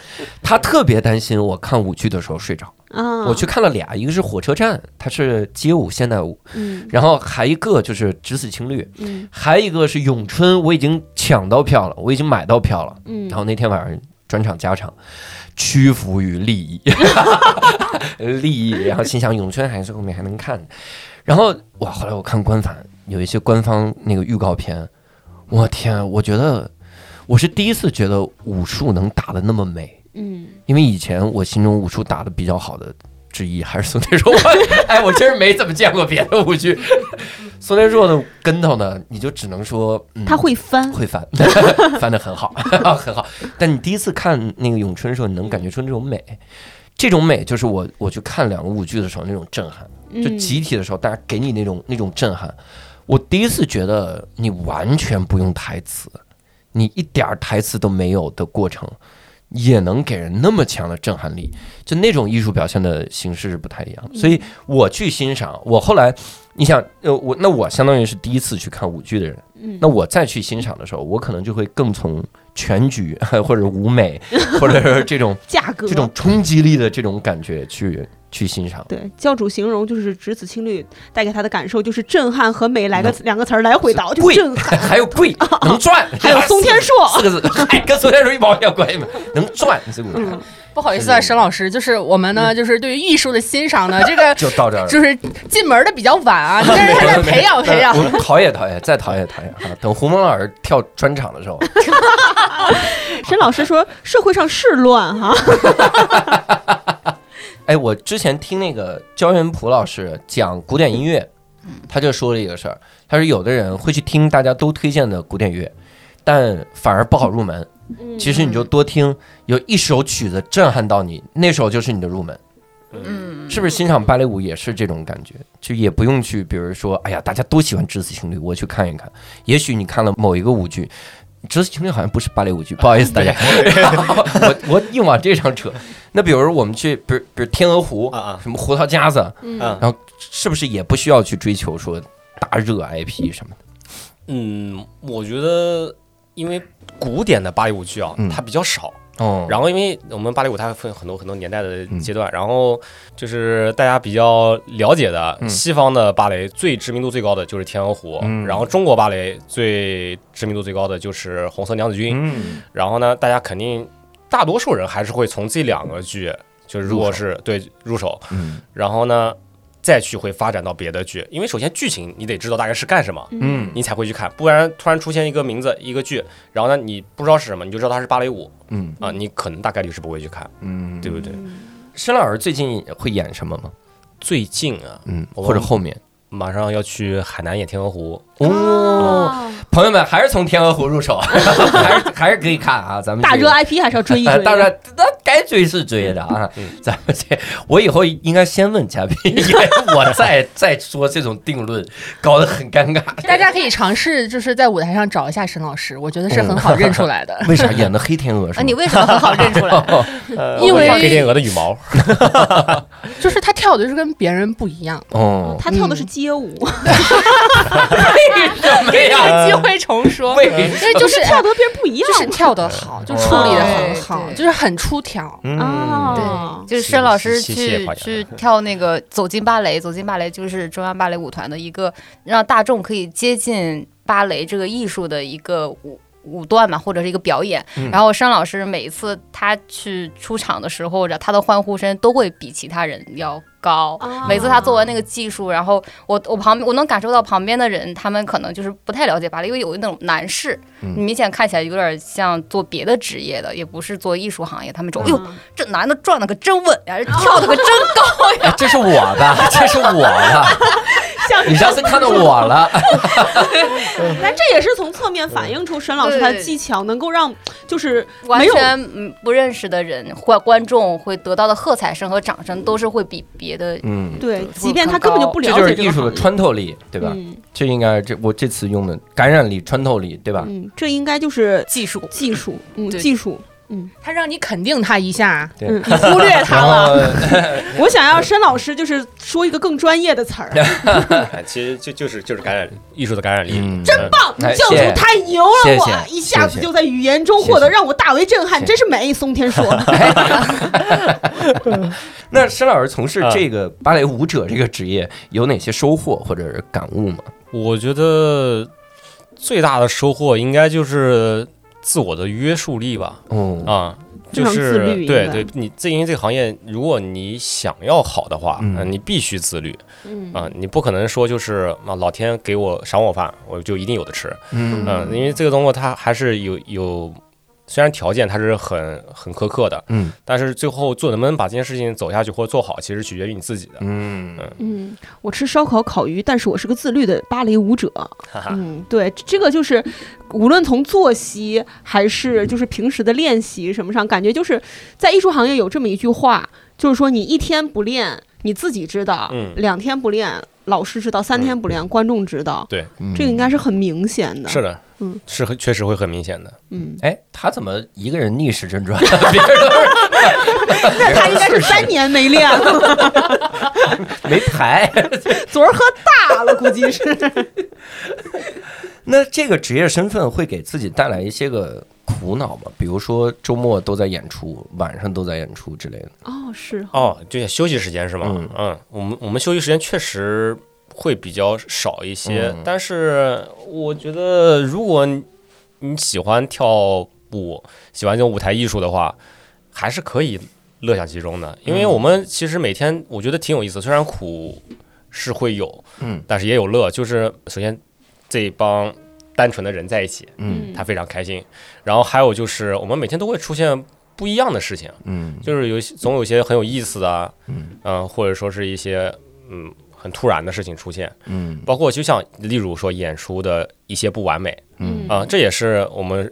他特别担心我看舞剧的时候睡着。啊。我去，看了俩，一个是火车站，它是街舞现代舞，嗯然后还一个就是只死青绿，嗯还一个是咏春，我已经抢到票了，我已经买到票了。嗯然后那天晚上专场加场，屈服于利益， <laughs> 利益。然后心想咏春还是后面还能看，然后哇，后来我看官方有一些官方那个预告片，我天，我觉得我是第一次觉得武术能打得那么美。嗯因为以前我心中武术打得比较好的之一，还是宋天硕。 <laughs> 我哎，我真是没怎么见过别的舞剧。宋天硕的跟头呢，你就只能说、嗯、他会翻，会翻， <laughs> 翻的很好， <laughs> 很好。但你第一次看那个咏春的时候，你能感觉出那种美，这种美就是我我去看两个舞剧的时候那种震撼，就嗯集体的时候，大家给你那种那种震撼。我第一次觉得你完全不用台词，你一点儿台词都没有的过程，也能给人那么强的震撼力，就那种艺术表现的形式是不太一样的。所嗯以我去欣赏，我后来你想，呃，我那我相当于是第一次去看舞剧的人，嗯那我再去欣赏的时候，我可能就会更从全局或者舞美，或者是 <laughs> 这种价格这种冲击力的这种感觉去去欣赏。对教主形容就是《只此青绿》带给他的感受就是震撼和美来个两个词儿来回倒，就嗯贵震撼。还有贵能赚，还有松天硕，四个字，嗨，跟宋天硕一毛钱关系没有，能赚，这个嗯，不好意思啊，沈老师，就是我们呢，就是对于艺术的欣赏呢，这个就到这儿了。就是进门的比较晚啊，但是他在培养啊培养。我讨厌讨厌，再讨厌讨厌啊！等胡蒙老师跳专场的时候，沈老师说社会上是乱哈，哎，我之前听那个焦元溥老师讲古典音乐，他就说了一个事儿，他说有的人会去听大家都推荐的古典乐，但反而不好入门。其实你就多听，有一首曲子震撼到你，那首就是你的入门。嗯，是不是欣赏芭蕾舞也是这种感觉？就也不用去，比如说，哎呀，大家都喜欢《只此情侣》，我去看一看。也许你看了某一个舞剧，《只此情侣》好像不是芭蕾舞剧，不好意思大家，我我硬往这上扯。那比如我们去，比如比如天鹅湖啊，啊什么胡桃夹子，嗯啊是不是也不需要去追求说大热 IP 什么的？嗯，我觉得因为古典的芭蕾舞剧啊嗯，它比较少。哦，然后因为我们芭蕾舞它分很多很多年代的嗯阶段，然后就是大家比较了解的、嗯西方的芭蕾最知名度最高的就是天鹅湖，嗯然后中国芭蕾最知名度最高的就是红色娘子军。嗯，然后呢，大家肯定大多数人还是会从这两个剧，就是如入果手是对入手，嗯然后呢再去会发展到别的剧，因为首先剧情你得知道大概是干什么。嗯你才会去看，不然突然出现一个名字一个剧，然后呢你不知道是什么，你就知道它是芭蕾舞嗯啊，你可能大概率是不会去看，嗯，对不对？申老师最近会演什么吗？最近啊，嗯，我或者后面。马上要去海南演天鹅湖，哦，朋友们还是从天鹅湖入手， <laughs> 还是还是可以看啊，咱们大这个热 IP 还是要 <laughs> 追一啊追。当然，那该追是追的啊嗯。 <laughs> 咱们这，我以后应该先问嘉宾， <laughs> 因为我再再说这种定论，搞得很尴尬。大家可以尝试，就是在舞台上找一下沈老师，我觉得是很好认出来的。 <laughs> 为啥演的黑天鹅是啊，吗？你为什么很好认出来？因为黑天鹅的羽毛，就是他跳的就是跟别人不一样，哦，他跳的是街舞， <laughs> 没有，呃机会重说为因为就是跳得跟别人不一样哦就是跳得好，就处理的很好，对对就是很出挑。嗯嗯啊。就是是申老师谢谢去夸奖去跳那个走进芭蕾，走进芭蕾就是中央芭蕾舞团的一个让大众可以接近芭蕾这个艺术的一个舞舞段嘛，或者是一个表演。嗯然后申老师每一次他去出场的时候，他的欢呼声都会比其他人要高。啊每次他做完那个技术，然后我我旁我能感受到旁边的人，他们可能就是不太了解芭蕾，因为有那种男士，嗯你明显看起来有点像做别的职业的，也不是做艺术行业，他们说，嗯哎呦，这男的转的可真稳呀，跳的可真 <laughs> 高呀。哎这是我的， <laughs> 这是我的，像你上次看到我了， <laughs> 但这也是从侧面反映出沈老师他的对技巧能够让就是完没有全嗯不认识的人观观众会得到的喝彩声和掌声都是会比别的嗯，对，对即便他根本就不了这解就是这艺个术的行业穿透力，对吧？嗯这应该这我这次用的感染力、穿透力，对吧？嗯，这应该就是技术。技术，嗯，对技术。他让你肯定他一下，嗯，你忽略他然了。后 <laughs> 我想要申老师就是说一个更专业的词儿，哎其实就就是就是感染力艺术的感染力，嗯真棒！棒，教主谢谢太牛了，谢我谢一下谢子谢就在语言中获谢得谢让我大为震撼，谢真是美。宋天 <laughs> 硕，那申老师从啊事这嗯个芭蕾舞者这个职业有哪些收获或者是感悟吗？我觉得最大的收获应该就是自我的约束力吧，哦，啊，非就常自是律对应该对，你自营这个行业，如果你想要好的话，嗯呃你必须自律嗯啊，你不可能说就是啊，老天给我赏我饭，我就一定有的吃，呃嗯嗯，因为这个东西它还是有有虽然条件它是很很苛刻的，嗯但是最后做能不能把这件事情走下去或做好，其实取决于你自己的。嗯嗯，我吃烧烤、烤鱼，但是我是个自律的芭蕾舞者。啊哈哈，嗯，对，这个就是无论从作息还嗯是就是平时的练习什么上，感觉就是在艺术行业有这么一句话，就是说你一天不练，你自己知道；嗯两天不练，老师知道；三嗯天不练，观众知道。这个应该是很明显的。是的，嗯是很确实会很明显的。嗯，哎，他怎么一个人逆时针转？ <laughs> 别人都是那他应该是三年没练 <laughs> 了，没排。昨儿喝大了，估计是。那这个职业身份会给自己带来一些个苦恼吗？比如说周末都在演出，晚上都在演出之类的。哦，是，哦，对，休息时间是吗？嗯我们我们休息时间确实会比较少一些，嗯但是我觉得如果你你喜欢跳舞，喜欢这种舞台艺术的话，还是可以乐享其中的，因为嗯我们其实每天我觉得挺有意思，虽然苦是会有，嗯但是也有乐，就是首先这帮单纯的人在一起，嗯他非常开心，然后还有就是我们每天都会出现不一样的事情。嗯就是有一些总有一些很有意思的啊，嗯嗯，或者说是一些嗯很突然的事情出现，嗯包括就像例如说演出的一些不完美嗯啊、这也是我们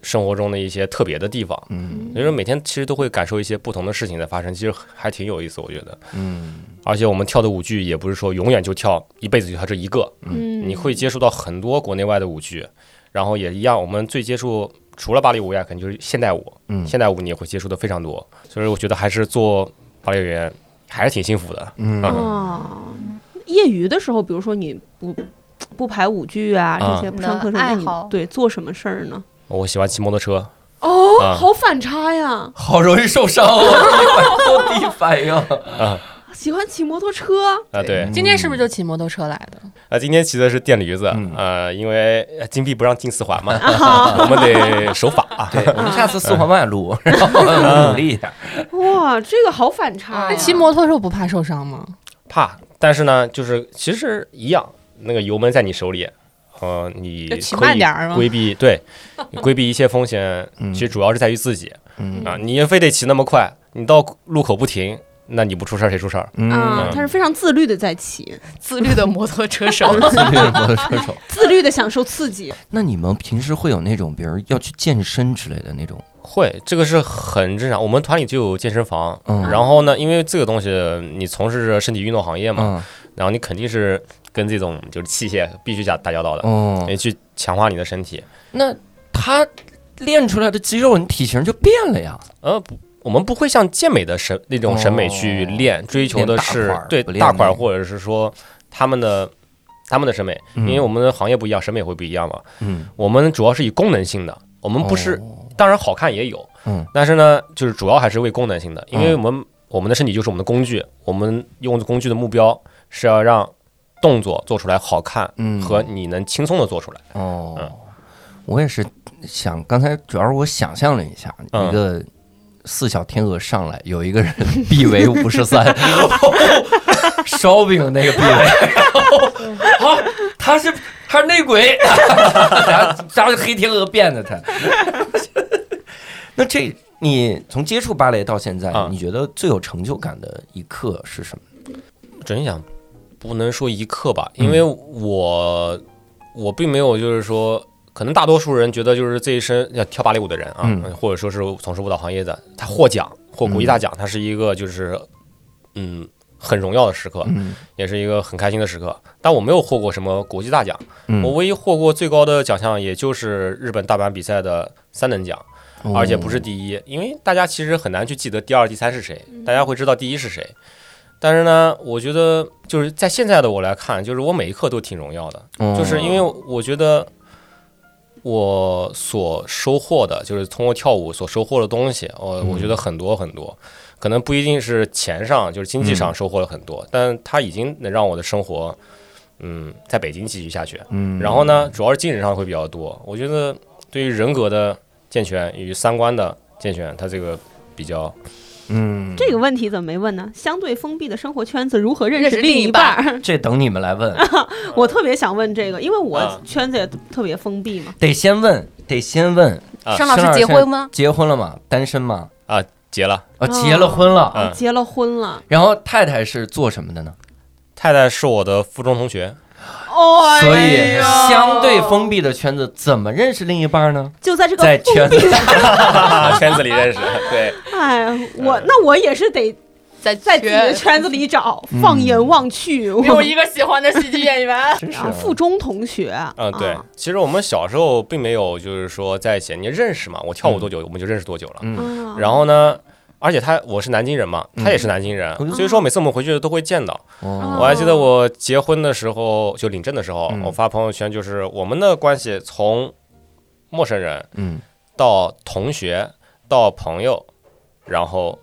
生活中的一些特别的地方。嗯所以说每天其实都会感受一些不同的事情的发生，其实还挺有意思，我觉得。嗯而且我们跳的舞剧也不是说永远就跳一辈子就跳这一个，嗯，你会接触到很多国内外的舞剧，然后也一样，我们最接触除了芭蕾舞以外，肯定就是现代舞，嗯现代舞你也会接触的非常多，所以我觉得还是做芭蕾员还是挺幸福的。嗯哦，业余的时候，比如说你不不排舞剧啊啊这些不上课什么的，那爱你好对做什么事儿呢？我喜欢骑摩托车，哦，啊好反差呀！好容易受伤哦，我第一反应。喜欢骑摩托车，啊，嗯对，今天是不是就骑摩托车来的？啊，今天骑的是电驴子，嗯呃，因为呃金币不让进四环 <laughs> 嘛，我们得守法啊。对，我们下次四环外 <laughs> 录，然后努力一下。哇，这个好反差哎那呀！骑摩托的时候不怕受伤吗？怕，但是呢，就是其实一样，那个油门在你手里，呃，你就骑可以慢点儿吗规避 <laughs> 对，你规避一切风险，其实主要是在于自己嗯啊，你也非得骑那么快，你到路口不停，那你不出事儿谁出事儿？啊嗯，他是非常自律的在骑，自律的摩托车 <laughs> 手，自律的摩托车手。自律的享受刺激。 <laughs> 那你们平时会有那种，比如要去健身之类的那种？会，这个是很正常。我们团里就有健身房，嗯然后呢，因为这个东西你从事着身体运动行业嘛，嗯然后你肯定是跟这种就是器械必须打打交道的，哦，你去强化你的身体。那他练出来的肌肉，你体型就变了呀。呃，不，我们不会像健美的审那种审美去哦练，追求的是练大块儿对不练大块那儿，个或者是说他们的他们的审美，因为嗯我们的行业不一样，审美会不一样嘛。嗯，我们主要是以功能性的，我们不是，哦当然好看也有，嗯，但是呢，就是主要还是为功能性的，因为嗯我们我们的身体就是我们的工具，我们用的工具的目标是要让动作做出来好看嗯和你能轻松的做出来。哦嗯，我也是想，刚才主要是我想象了一下，嗯一个四小天鹅上来，有一个人 <laughs> 臂围五十三，哦烧饼那个臂围，然后啊，他是他是内鬼，然后他是黑天鹅变的 <laughs> 他。那这你从接触芭蕾到现在，啊你觉得最有成就感的一刻是什么？准确讲，不能说一刻吧，嗯因为我、我并没有就是说，可能大多数人觉得就是这一生要跳芭蕾舞的人啊，嗯或者说是从事舞蹈行业的，他获奖获国际嗯大奖，他是一个就是嗯很荣耀的时刻，嗯也是一个很开心的时刻。但我没有获过什么国际大奖，嗯我唯一获过最高的奖项也就是日本大阪比赛的三等奖。而且不是第一，因为大家其实很难去记得第二、第三是谁，大家会知道第一是谁。但是呢，我觉得就是在现在的我来看，就是我每一刻都挺荣耀的，哦，就是因为我觉得我所收获的，就是通过跳舞所收获的东西，我嗯我觉得很多很多，可能不一定是钱上，就是经济上收获了很嗯多，但它已经能让我的生活，嗯，在北京继续下去。嗯，然后呢，主要是精神上会比较多。我觉得对于人格的健全与三观的健全，它这个比较嗯，这个问题怎么没问呢？相对封闭的生活圈子如何认认识识另另一一半儿？ <laughs> 这等你们来问。我特别想问这个，因为我嗯啊圈子也特别封闭嘛。得先问，得先问呃啊商老师结婚吗？结婚了嘛，单身嘛，结了，啊，结了婚了。嗯，哦结了婚了，然后太太是做什么的呢？太太是我的附中同学，哦，所以相对封闭的圈子，怎么认识另一半呢？就在这个在圈子，封闭啊 <laughs> 圈子里认识，对，哎，我那我也是得在在自己的圈子里找，放眼望去，我个喜欢的 <laughs> 喜剧演员 <laughs> 真是啊，附中同学，嗯，对啊，其实我们小时候并没有就是说在一起，你认识嘛，我跳舞多久，我们就认识多久了。嗯，啊然后呢，而且他我是南京人嘛，他也是南京人，嗯所以说每次我们回去都会见到。哦哦我还记得我结婚的时候，就领证的时候嗯，我发朋友圈，就是我们的关系从陌生人嗯，到同学，到朋友，然后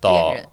到恋人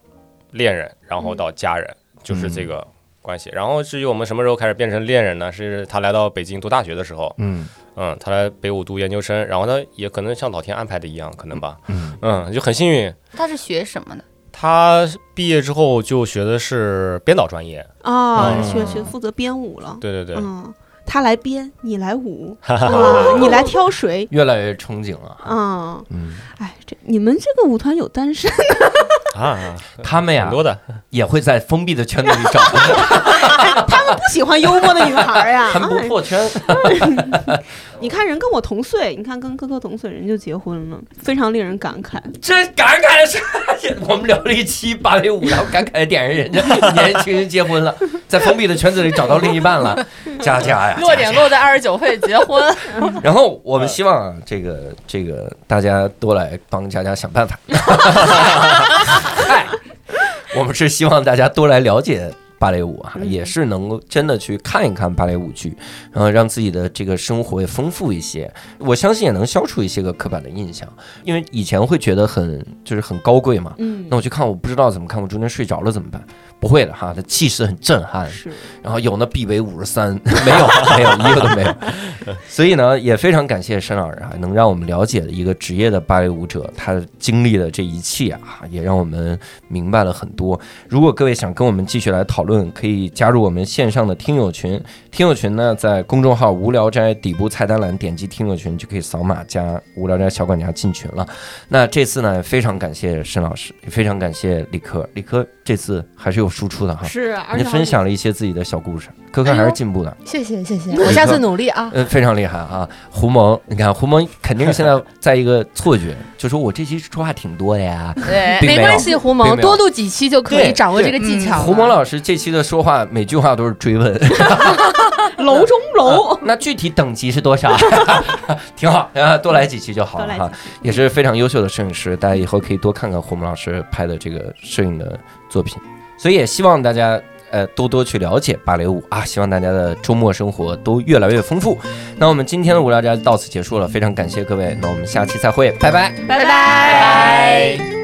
恋人，然后到家嗯人，就是这个关系。然后至于我们什么时候开始变成恋人呢？是他来到北京读大学的时候，嗯嗯，他来北舞读研究生，然后他也可能像老天安排的一样，可能吧，嗯嗯，就很幸运。他是学什么的？他毕业之后就学的是编导专业，啊，嗯学学负责编舞了，对对对，嗯，他来编，你来 <laughs> 舞，啊你来挑水，越来越憧憬了。嗯，嗯，哎，这你们这个舞团有单身， <laughs> 啊，他们很呀多的，也会在封闭的圈子里找，他们不喜欢幽默的女孩 <laughs> 呀，他们不哎破圈。你看人跟我同岁，你看跟哥哥同岁，人就结婚了，非常令人感慨。这感慨的是， <laughs> 我们聊了一期芭蕾舞，然后感慨的点是人家年轻人结婚了，在封闭的圈子里找到另一半了，佳佳呀，落点落在二十九岁结婚，然后我们希望啊，这个这个大家多来帮佳佳想办法。嗨，我们是希望大家多来了解芭蕾舞啊，也是能够真的去看一看芭蕾舞剧，然后让自己的这个生活也丰富一些。我相信也能消除一些个刻板的印象，因为以前会觉得很就是很高贵嘛。嗯那，我去看，我不知道怎么看，我中间睡着了怎么办？不会的哈，它气势很震撼，是，然后有那必为五十三，没有没有一个都没有。所以呢，也非常感谢申老师啊，能让我们了解一个职业的芭蕾舞者他经历的这一切啊，也让我们明白了很多。如果各位想跟我们继续来讨论，可以加入我们线上的听友群，听友群呢在公众号“无聊斋”底部菜单栏点击听友群就可以扫码加“无聊斋小管家”进群了。那这次呢，非常感谢申老师，也非常感谢李科，李科这次还是有输出的哈。是，而你且啊分享了一些自己的小故事，科哎科还是进步 <laughs> 的，谢谢谢谢，我下次努力啊。呃，非常厉害啊！胡蒙，你看胡蒙肯定 <laughs> 现在在一个错觉，就说我这期说话挺多的呀。 <laughs> 对并没有关系，胡并蒙没有多录几期就可以对掌握这个对技巧了。胡蒙老师这期的说话每句话都是 <laughs> 追问，楼中 <laughs> 楼，那具体等级是多少？ <laughs> 挺好啊，多来几期就好多了来哈几。期也是非常优秀的摄影师，大家以后可以多看看胡蒙老师拍的这个摄影的作品。所以也希望大家呃多多去了解芭蕾舞啊，希望大家的周末生活都越来越丰富。那我们今天的无聊斋到此结束了，非常感谢各位，那我们下期再会，拜拜。拜拜拜。